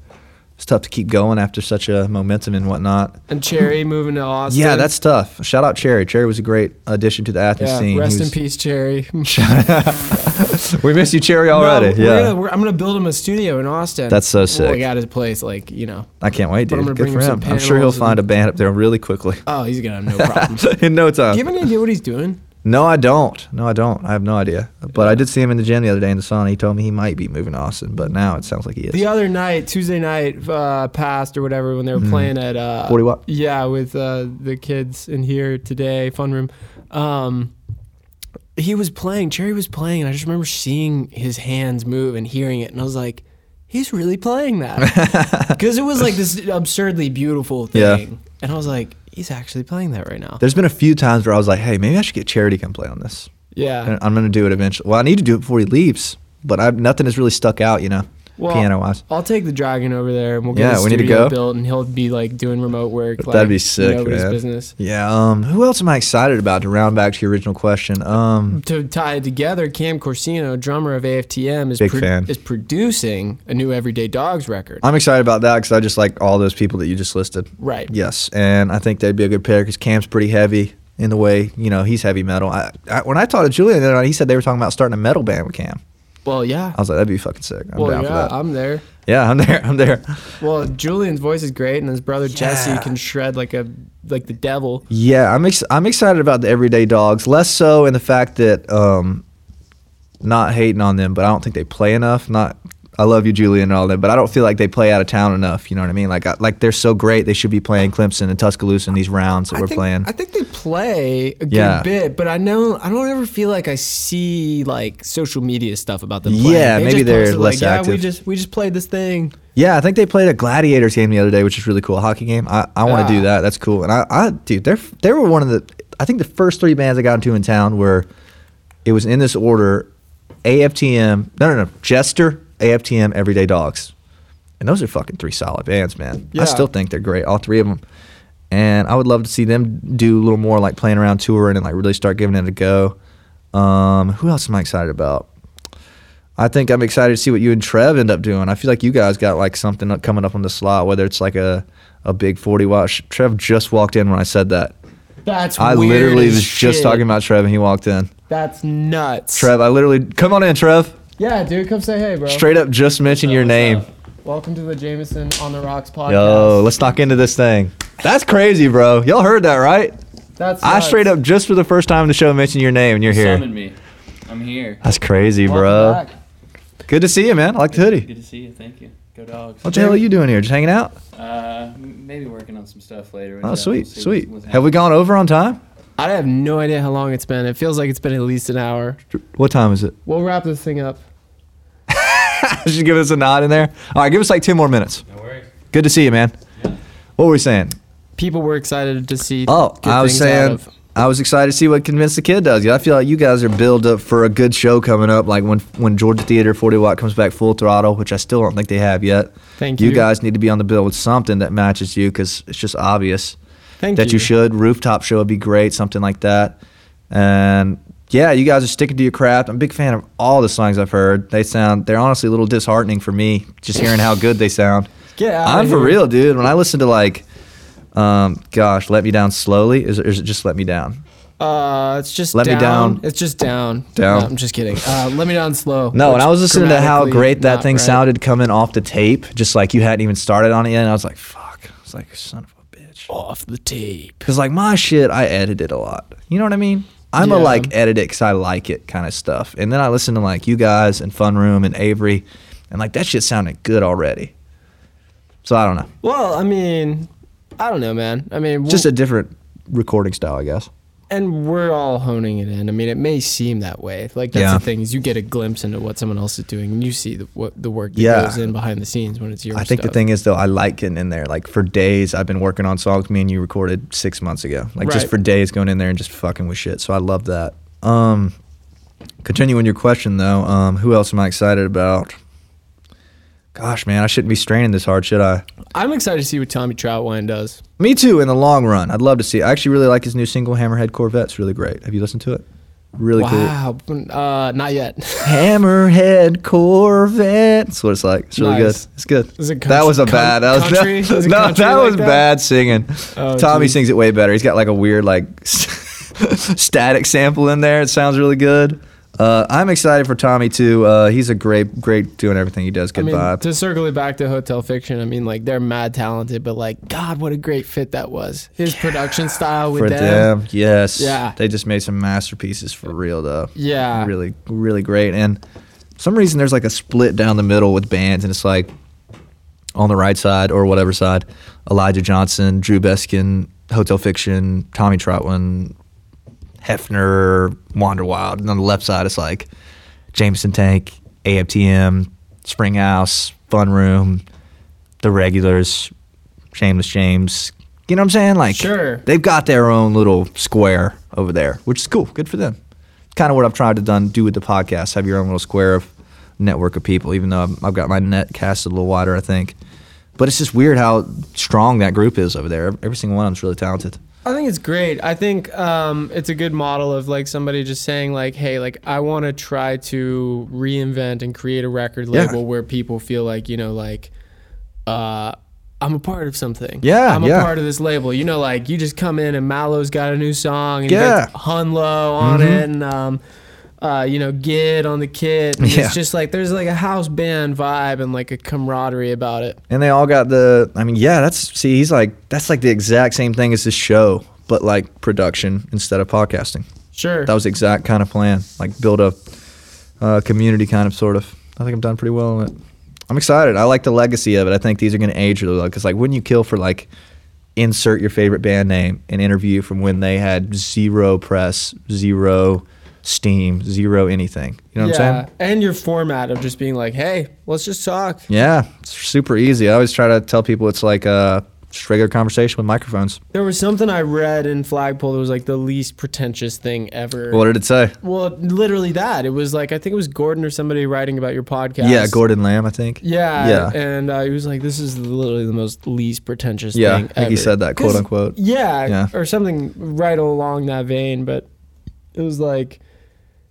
B: it's tough to keep going after such a momentum and whatnot.
A: And Cherry moving to Austin.
B: Yeah, that's tough. Shout out Cherry. Cherry was a great addition to the Athens
A: yeah.
B: scene.
A: Rest
B: He
A: in
B: was-
A: peace, Cherry.
B: We missed you, Cherry, already.
A: No, we're
B: yeah,
A: gonna- we're- I'm gonna build him a studio in Austin.
B: That's so sick.
A: We got his place, like you know.
B: I can't wait,
A: But I'm gonna
B: dude. Good
A: bring
B: for
A: him
B: him.
A: some
B: I'm sure he'll
A: panels and-
B: find a band up there really quickly
A: Oh, he's gonna have no problem.
B: in no
A: Do
B: time.
A: you have any idea what he's doing?
B: no, I don't. No, I don't. I have no idea. But I did see him in the gym the other day in the sauna. He told me he might be moving to Austin, but now it sounds like he is.
A: The other night, Tuesday night, uh, past or whatever, when they were
B: Mm-hmm.
A: playing at uh,
B: 40 Watt?
A: Yeah, with uh, the kids in here today, fun room. Um, he was playing. Cherry was playing, and I just remember seeing his hands move and hearing it, and I was like, "He's really playing that," because it was like this absurdly beautiful thing,
B: Yeah.
A: and I was like, "He's actually playing that right now."
B: There's been a few times where I was like, hey, maybe I should get Charity to come play on this.
A: Yeah.
B: And I'm gonna do it eventually. Well, I need to do it before he leaves, but I've, nothing has really stuck out, you know,
A: Well,
B: piano wise.
A: I'll take the dragon over there, and we'll get
B: Yeah,
A: a
B: we need to
A: studio
B: go.
A: built, and he'll be like doing remote work.
B: That'd
A: like,
B: be sick,
A: nobody's
B: man.
A: business.
B: Yeah. Um. Who else am I excited about? To round back to your original question. Um.
A: to tie it together, Cam Corsino, drummer of AFTM, is
B: Big fan.
A: is producing a new Everyday Dogs record.
B: I'm excited about that because I just like all those people that you just listed.
A: right.
B: Yes, and I think they'd be a good pair because Cam's pretty heavy in the way you know he's heavy metal. I, I when I talked to Julian the other night, he said they were talking about starting a metal band with Cam.
A: Well, yeah.
B: I was like, that'd be fucking sick. I'm
A: well,
B: down
A: yeah.
B: for that.
A: I'm there.
B: yeah, I'm there. I'm there.
A: Well, Julian's voice is great, and his brother Jesse
B: Yeah.
A: can shred like a like the devil.
B: Yeah, I'm ex- I'm excited about the everyday dogs. Less so in the fact that um, not hating on them, but I don't think they play enough. Not I love you, Julian, and all that, but I don't feel like they play out of town enough. You know what I mean? Like, I, like they're so great, they should be playing Clemson and Tuscaloosa in these rounds that
A: I
B: we're
A: think,
B: playing.
A: I think they play a good
B: Yeah.
A: bit, but I know I don't ever feel like I see like social media stuff about them. Playing.
B: Yeah,
A: They
B: maybe
A: just
B: they're
A: posted,
B: less
A: like, Yeah, we
B: active.
A: just we just played this thing.
B: yeah, I think they played a Gladiators game the other day, which is really cool, a hockey game. I, I want
A: Ah.
B: to do that. That's cool. And I, I dude, they they were one of the I think the first three bands I got into in town were it was in this order: AFTM, no, no, no, Jester, AFTM, Everyday Dogs, and those are fucking three solid bands, man.
A: Yeah.
B: I still think they're great, all three of them. And I would love to see them do a little more like playing around touring and like really start giving it a go. Um, who else am I excited about? I think I'm excited to see what you and Trev end up doing. I feel like you guys got like something up- coming up on the slot, whether it's like a, a big 40 watch. Trev just walked in when I said that.
A: That's
B: I
A: weird
B: literally
A: as
B: was just
A: shit.
B: talking about Trev and he walked in.
A: That's nuts.
B: Trev, I literally, come on in, Trev.
A: Yeah, dude, come say hey, bro.
B: Straight up just mention your
A: What's
B: name.
A: up? Welcome to the Jameson on the Rocks podcast.
B: Yo, let's knock into this thing. That's crazy, bro. Y'all heard that, right?
A: That's
B: I
A: nuts.
B: straight up just for the first time in the show mentioned your name and you're here.
C: Summon me. I'm here.
B: That's crazy,
A: Welcome
B: bro.
A: back.
B: Good to see you, man. I like the hoodie.
C: Good to see you. Thank you. Go dogs.
B: What the hell are Oh, you doing here? Just hanging out?
C: Uh, m- maybe working on some stuff later.
B: Oh,
C: We'll
B: sweet,
C: uh, see
B: sweet.
C: what's- what's
B: Have we gone over on time?
A: I have no idea how long it's been. It feels like it's been at least an hour.
B: What time is it?
A: We'll wrap this thing up.
B: Just give us a nod in there. All right, give us like 10 more minutes.
C: happening. No worries.
B: Good to see you, man.
C: Yeah.
B: What were we saying?
A: People were excited to see.
B: Oh,
A: good
B: I was
A: things out
B: saying
A: of-
B: I was excited to see what Convince the Kid does. Yeah, I feel like you guys are built up for a good show coming up, like when when Georgia Theater 40 Watt comes back full throttle, which I still don't think they have yet.
A: Thank
B: You
A: you.
B: guys need to be on the bill with something that matches you because it's just obvious
A: Thank
B: that you.
A: you.
B: should. Rooftop show would be great, something like that. And yeah, you guys are sticking to your craft. I'm a big fan of all the songs I've heard. They sound they're honestly a little disheartening for me just hearing how good they sound.
A: Get outta
B: I'm for
A: here.
B: real, dude. When I listen to like, um, gosh, let me down slowly. Is, is it just let me down?
A: Uh, it's just
B: Let Me
A: down.
B: Down.
A: It's just down.
B: Down.
A: No, I'm just kidding. Uh, let me down slow.
B: No,
A: which
B: and I was listening to how
A: grammatically
B: great that
A: not
B: thing
A: right.
B: sounded coming off the tape, just like you hadn't even started on it yet. And I was like, fuck. I was like, son of a bitch.
A: Off the tape.
B: Because like my shit, I edit it a lot. You know what I mean? I'm a
A: Yeah.
B: like edit it because I like it kind of stuff. And then I listen to like you guys and Fun Room and Avery, and like that shit sounded good already. So I don't know,
A: Well, I mean, I don't know, man. I mean,
B: just
A: we'll-
B: a different recording style, I guess.
A: and we're all honing it in. I mean, it may seem that way. Like that's
B: Yeah.
A: the thing is you get a glimpse into what someone else is doing, and you see the, what the work that
B: Yeah.
A: goes in behind the scenes when it's your.
B: I think the
A: stuff.
B: thing is though, I like getting in there. Like for days, I've been working on songs me and you recorded six months ago. Like just
A: Right.
B: for days, going in there and just fucking with shit. So I love that. Um, continuing your question though, um, who else am I excited about? Gosh, man, I shouldn't be straining this hard, should I?
A: I'm excited to see what Tommy Troutwine does.
B: Me too. In the long run, I'd love to see. I actually really like his new single, Hammerhead Corvette. It's really great. Have you listened to it? Really cool.
A: wow, uh, not yet.
B: Hammerhead Corvette. That's what it's like. It's really
A: Nice.
B: good. It's good.
A: Is it
B: that
A: coun-
B: was a
A: coun-
B: bad. That was,
A: country?
B: That,
A: Is it
B: no,
A: country
B: that
A: like
B: was
A: that?
B: bad singing.
A: Oh,
B: Tommy
A: geez.
B: sings it way better. He's got like a weird like static sample in there. It sounds really good. Uh, I'm excited for Tommy too. Uh, he's a great, great doing everything he does. Good
A: I mean,
B: vibe.
A: to circle it back to Hotel Fiction, I mean, like they're mad talented, but like, God, what a great fit that was. His production style with
B: for
A: them.
B: them. Yes.
A: Yeah.
B: They just made some masterpieces for real though.
A: Yeah.
B: Really, really great. And for some reason there's like a split down the middle with bands, and it's like on the right side or whatever side, Elijah Johnson, Drew Beskin, Hotel Fiction, Tommy Trotwin, Hefner, Wander Wild. And on the left side it's like Jameson Tank, AFTM, Springhouse, Fun Room, the regulars, Shameless James. You know what I'm saying? Like,
A: Sure.
B: they've got their own little square over there, which is cool. Good for them. Kind of what I've tried to done do with the podcast. Have your own little square of network of people. Even though I've, I've got my net cast a little wider, I think. But it's just weird how strong that group is over there. Every single one of them's really talented.
A: I think it's great. I think um, it's a good model of like somebody just saying like, "Hey, like I want to try to reinvent and create a record
B: Yeah.
A: label where people feel like you know like uh, I'm a part of something.
B: Yeah,
A: I'm
B: yeah.
A: a part of this label. You know, like you just come in and Mallow's got a new song and
B: Yeah. Mm-hmm.
A: yeah. Hunlow on it and um, uh, you know Gid on the kit. And
B: Yeah.
A: It's just like there's like a house band vibe and like a camaraderie about it.
B: And they all got the. I mean, yeah, that's see, he's like that's like the exact same thing as this show, but like production instead of podcasting.
A: Sure.
B: That was the exact kind of plan, like build a uh, community kind of sort of. I think I'm done pretty well on it. I'm excited. I like the legacy of it. I think these are going to age really well because, like, wouldn't you kill for like insert your favorite band name and interview from when they had zero press, zero steam, zero anything? You know what I'm saying?
A: And your format of just being like, hey, let's just talk.
B: Yeah, it's super easy. I always try to tell people it's like a just regular conversation with microphones.
A: There was something I read in Flagpole that was like the least pretentious thing ever.
B: What did it say?
A: well, literally that. It was like, I think it was Gordon or somebody writing about your podcast.
B: Yeah, Gordon Lamb, I think.
A: Yeah.
B: Yeah.
A: And uh, he was like, this is literally the most least pretentious
B: Yeah,
A: thing
B: I think he
A: ever.
B: said that, quote
A: 'Cause-
B: unquote.
A: Yeah,
B: Yeah.
A: Or something right along that vein. But it was like,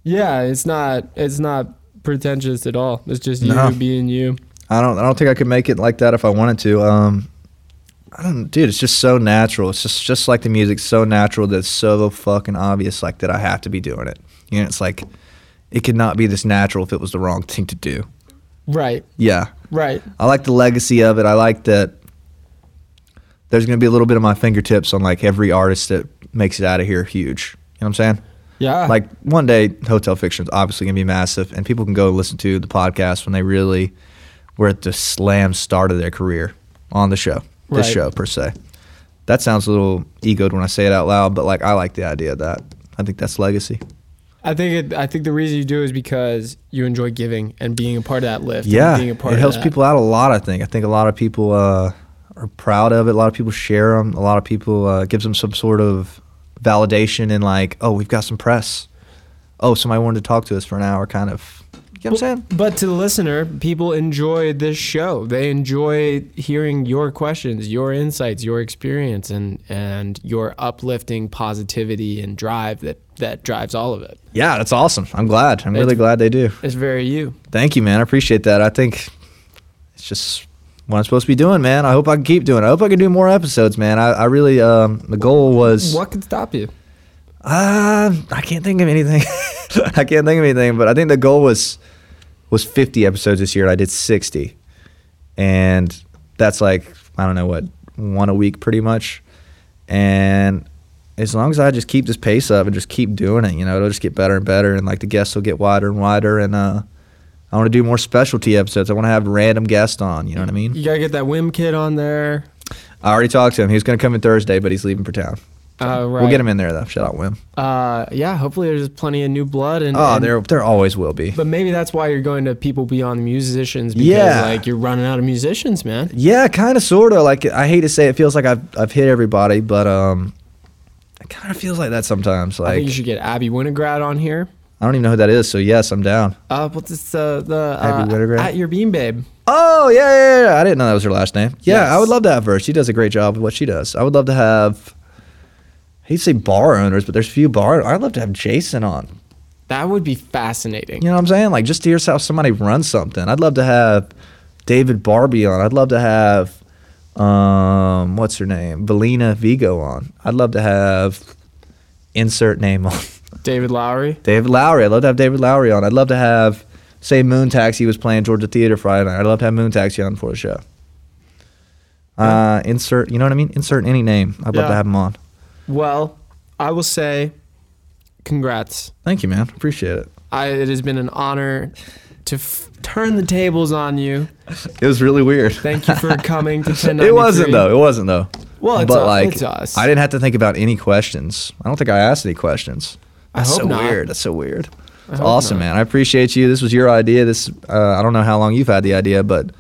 A: yeah, it's not, it's not pretentious at all. It's just you
B: No.
A: being you.
B: I don't. I don't think I could make it like that if I wanted to. Um, I don't, dude. It's just so natural. It's just just like the music's so natural that it's so fucking obvious. Like that, I have to be doing it. You know, it's like it could not be this natural if it was the wrong thing to do.
A: Right.
B: Yeah,
A: Right.
B: I like the legacy of it. I like that. There's gonna be a little bit of my fingertips on like every artist that makes it out of here huge. You know what I'm saying?
A: Yeah.
B: like one day hotel fiction is obviously going to be massive and people can go listen to the podcast when they really were at the slam start of their career on the show
A: Right.
B: this show per se that sounds a little egoed when i say it out loud but like i like the idea of that i think that's legacy
A: I think it, I think the reason you do is because you enjoy giving and being a part of that lift. and
B: yeah
A: being a
B: it
A: part of
B: helps
A: that.
B: people out a lot i think i think a lot of people uh, are proud of it a lot of people share them a lot of people uh, gives them some sort of validation in like oh we've got some press oh somebody wanted to talk to us for an hour kind of you know what i'm saying
A: But to the listener, people enjoy this show. They enjoy hearing your questions, your insights, your experience, and and your uplifting positivity and drive that that drives all of it.
B: Yeah, that's awesome. I'm glad. I'm really
A: It's-
B: glad they do.
A: It's very you.
B: Thank you, man. I appreciate that. I think it's just what I'm supposed to be doing, man. I hope I can keep doing. it. I hope I can do more episodes, man. I, I really um the goal was
A: What could stop you?
B: uh, I can't think of anything. I can't think of anything, but I think the goal was was 50 episodes this year. and I did 60, and that's like I don't know what one a week pretty much. And as long as I just keep this pace up and just keep doing it, you know, it'll just get better and better, and like the guests will get wider and wider. And uh, I want to do more specialty episodes. I want to have random guests on. You know what I mean?
A: You gotta get that whim kid on there.
B: I already talked to him. He was going to come in Thursday, but he's leaving for town.
A: Uh, right.
B: We'll get him in there though. Shout out, Wim.
A: Uh, yeah. Hopefully, there's plenty of new blood and.
B: Oh,
A: and-
B: there, there always will be.
A: But maybe that's why you're going to people beyond musicians because
B: Yeah.
A: like you're running out of musicians, man.
B: Yeah, kind of, sort of. Like I hate to say, it feels like I've I've hit everybody, but um, it kind of feels like that sometimes.
A: I
B: Like
A: think you should get Abby Winograd on here.
B: I don't even know who that is. So yes, I'm down.
A: Uh, what's this, uh, the uh,
B: Abby Winograd?
A: at your bean babe?
B: Oh yeah, yeah, yeah. I didn't know that was her last name. Yeah, I
A: Yes.
B: would love to have her. She does a great job with what she does. I would love to have. I hate to say bar owners, but there's few bar. I'd love to have Jason on.
A: That would be fascinating.
B: You know what I'm saying? Like just to hear how somebody runs something. I'd love to have David Barbie on. I'd love to have um what's her name? Valina Vigo on. I'd love to have insert name on.
A: David Lowry.
B: David Lowry. I'd love to have David Lowry on. I'd love to have say Moon Taxi was playing Georgia Theater Friday night. I'd love to have Moon Taxi on for the show. Uh, insert, you know what I mean? Insert any name. I'd love
A: Yeah.
B: to have him on.
A: Well, I will say, congrats.
B: Thank you, man. Appreciate it.
A: I, it has been an honor to f- turn the tables on you.
B: It was really weird.
A: Thank you for coming to 1093.
B: It wasn't though. It wasn't though.
A: Well, it's
B: but
A: u-
B: like
A: it's us.
B: I didn't have to think about any questions. I don't think I asked any questions.
A: I
B: That's
A: hope
B: so
A: not.
B: weird. That's so weird. It's
A: hope
B: awesome,
A: not.
B: man. I appreciate you. This was your idea. This uh, I don't know how long you've had the idea, but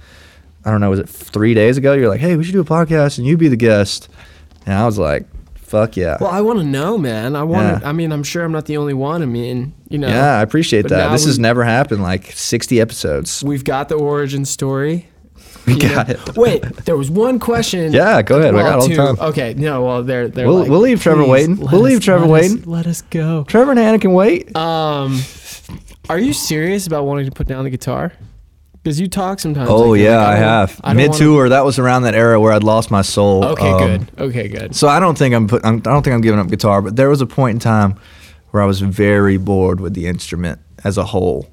B: I don't know. Was it three days ago? You're like, hey, we should do a podcast and you be the guest, and I was like, fuck yeah,
A: Well, I want to know, man. I want. to
B: Yeah.
A: I mean, I'm sure I'm not the only one. I mean, you know.
B: yeah. I appreciate
A: But
B: that.
A: now
B: This has
A: we-
B: never happened. Like 60 episodes.
A: We've got the origin story. We
B: got it.
A: Wait, there was one question.
B: Yeah, go ahead. We got all the time.
A: Okay, no, well, they're they're.
B: We'll-
A: like,
B: we'll leave Trevor
A: "Please,
B: waiting.
A: let
B: We'll leave
A: us-
B: Trevor
A: let us-
B: waiting."
A: Let us go.
B: Trevor and Hannah can wait.
A: Um, are you serious about wanting to put down the guitar? Because you talk sometimes.
B: Oh
A: like, you're
B: yeah,
A: like,
B: I
A: don't-
B: have
A: I don't
B: mid
A: wanna-
B: tour. That was around that era where I'd lost my soul.
A: Okay,
B: Um,
A: good. Okay, good.
B: So I don't think I'm, put, I'm I don't think I'm giving up guitar, but there was a point in time where I was very bored with the instrument as a whole.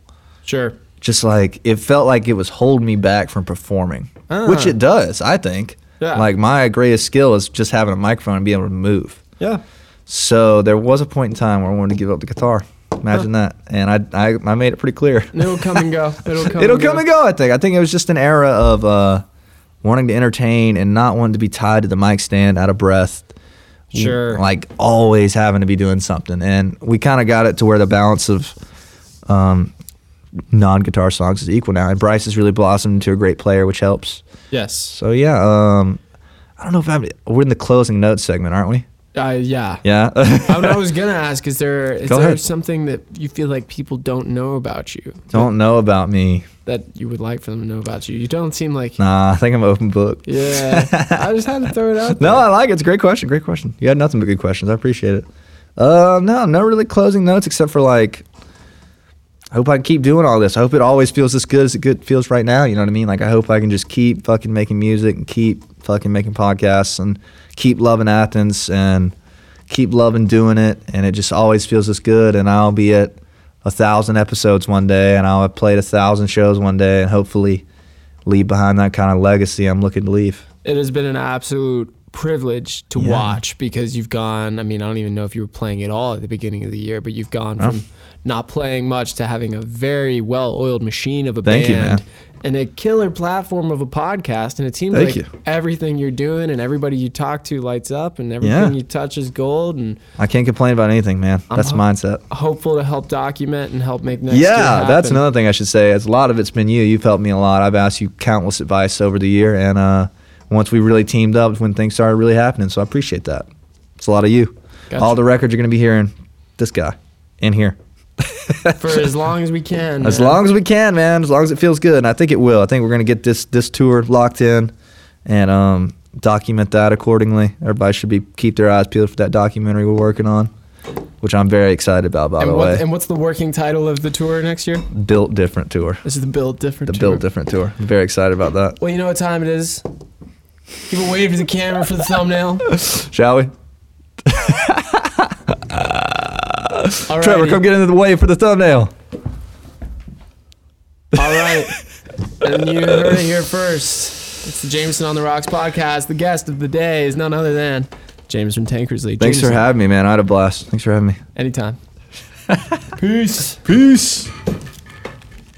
A: Sure.
B: Just like it felt like it was holding me back from performing, which
A: Ah.
B: it does. I think.
A: Yeah.
B: Like my greatest skill is just having a microphone and being able to move.
A: Yeah.
B: So there was a point in time where I wanted to give up the guitar. Imagine that. And I, I, I made it pretty clear.
A: It'll come and go. It'll come.
B: It'll
A: and
B: come and go. I think. I think it was just an era of uh, wanting to entertain and not wanting to be tied to the mic stand, out of breath.
A: Sure.
B: Like always having to be doing something, and we kind of got it to where the balance of um, non-guitar songs is equal now. And Bryce has really blossomed into a great player, which helps.
A: Yes.
B: So yeah, um, I don't know if I'm. We're in the closing notes segment, aren't we?
A: Uh, yeah.
B: Yeah.
A: Oh, I, I was gonna ask: Is there is
B: Go
A: there
B: ahead.
A: something that you feel like people don't know about you
B: don't know about me.
A: that you would like for them to know about you? You don't seem like.
B: Nah, I think I'm an open book.
A: Yeah. I just had to throw it out.
B: No,
A: there.
B: I like it. It's a great question. Great question. You had nothing but good questions. I appreciate it. Uh, no, no really closing notes except for like, I hope I can keep doing all this. I hope it always feels as good as it good feels right now. You know what I mean? Like, I hope I can just keep fucking making music and keep fucking making podcasts and keep loving Athens and keep loving doing it. And it just always feels as good. And I'll be at a thousand episodes one day and I'll have played a thousand shows one day and hopefully leave behind that kind of legacy I'm looking to leave.
A: it has been an absolute privilege to
B: Yeah.
A: watch because you've gone. I mean, I don't even know if you were playing at all at the beginning of the year, but you've gone
B: No.
A: from not playing much to having a very well-oiled machine of a
B: Thank you,
A: band
B: man.
A: and a killer platform of a podcast. And it seems
B: Thank
A: like
B: you.
A: everything you're doing and everybody you talk to lights up, and everything you touch is gold. And
B: I can't complain about anything, man.
A: I'm
B: That's
A: hop-
B: mindset.
A: hopeful to help document and help make next year
B: yeah, that's
A: happen.
B: another thing I should say. As a lot of it's been you. You've helped me a lot. I've asked you countless advice over the year, and uh, once we really teamed up, is when things started really happening. So I appreciate that. It's a lot of you.
A: Gotcha.
B: All the records you're gonna be hearing, this guy, in here,
A: for as long as we can.
B: as
A: man.
B: long as we can, man. As long as it feels good, and I think it will. I think we're gonna get this this tour locked in, and um, document that accordingly. Everybody should be keep their eyes peeled for that documentary we're working on, which I'm very excited about. By
A: And,
B: the
A: what,
B: way,
A: and what's the working title of the tour next year?
B: built different tour.
A: This is the build different.
B: the
A: tour.
B: built different tour. I'm very excited about that.
A: Well, you know what time it is. Give a wave to the camera for the thumbnail.
B: Shall we?
A: All
B: Trevor, come get into the way for the thumbnail.
A: All right. And you heard it here first. It's the Jameson on the Rocks podcast. The guest of the day is none other than James from Tankersley.
B: Thanks for
A: Jameson,
B: having me, man. I had a blast. Thanks for having me.
A: Anytime. Peace.
B: Peace.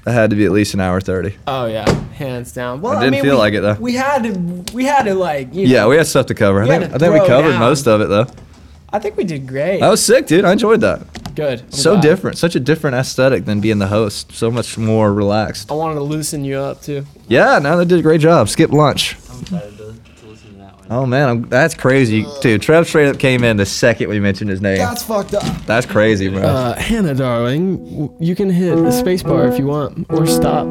B: That had to be at least an hour thirty.
A: Oh yeah, hands down. Well,
B: I
A: I
B: didn't
A: mean,
B: feel
A: we,
B: like it, though.
A: We had to. We had to like. You
B: Yeah,
A: Know,
B: we had stuff to cover. I
A: You
B: think
A: had to
B: I think we
A: throw
B: covered
A: down.
B: most of it though.
A: I think we did great.
B: That was sick, dude. I enjoyed that.
A: good. I'm
B: Oh, So
A: glad.
B: different, such a different aesthetic than being the host. So much more relaxed.
A: I wanted to loosen you up too.
B: Yeah, no, they did a great job. Skip lunch.
C: I'm excited to, to listen to that one.
B: Oh man, I'm, that's crazy, dude. Trev straight up came in the second we mentioned his name.
D: That's fucked up.
B: That's crazy, bro.
A: Uh, Hannah, darling, w- you can hit the spacebar if you want, or stop.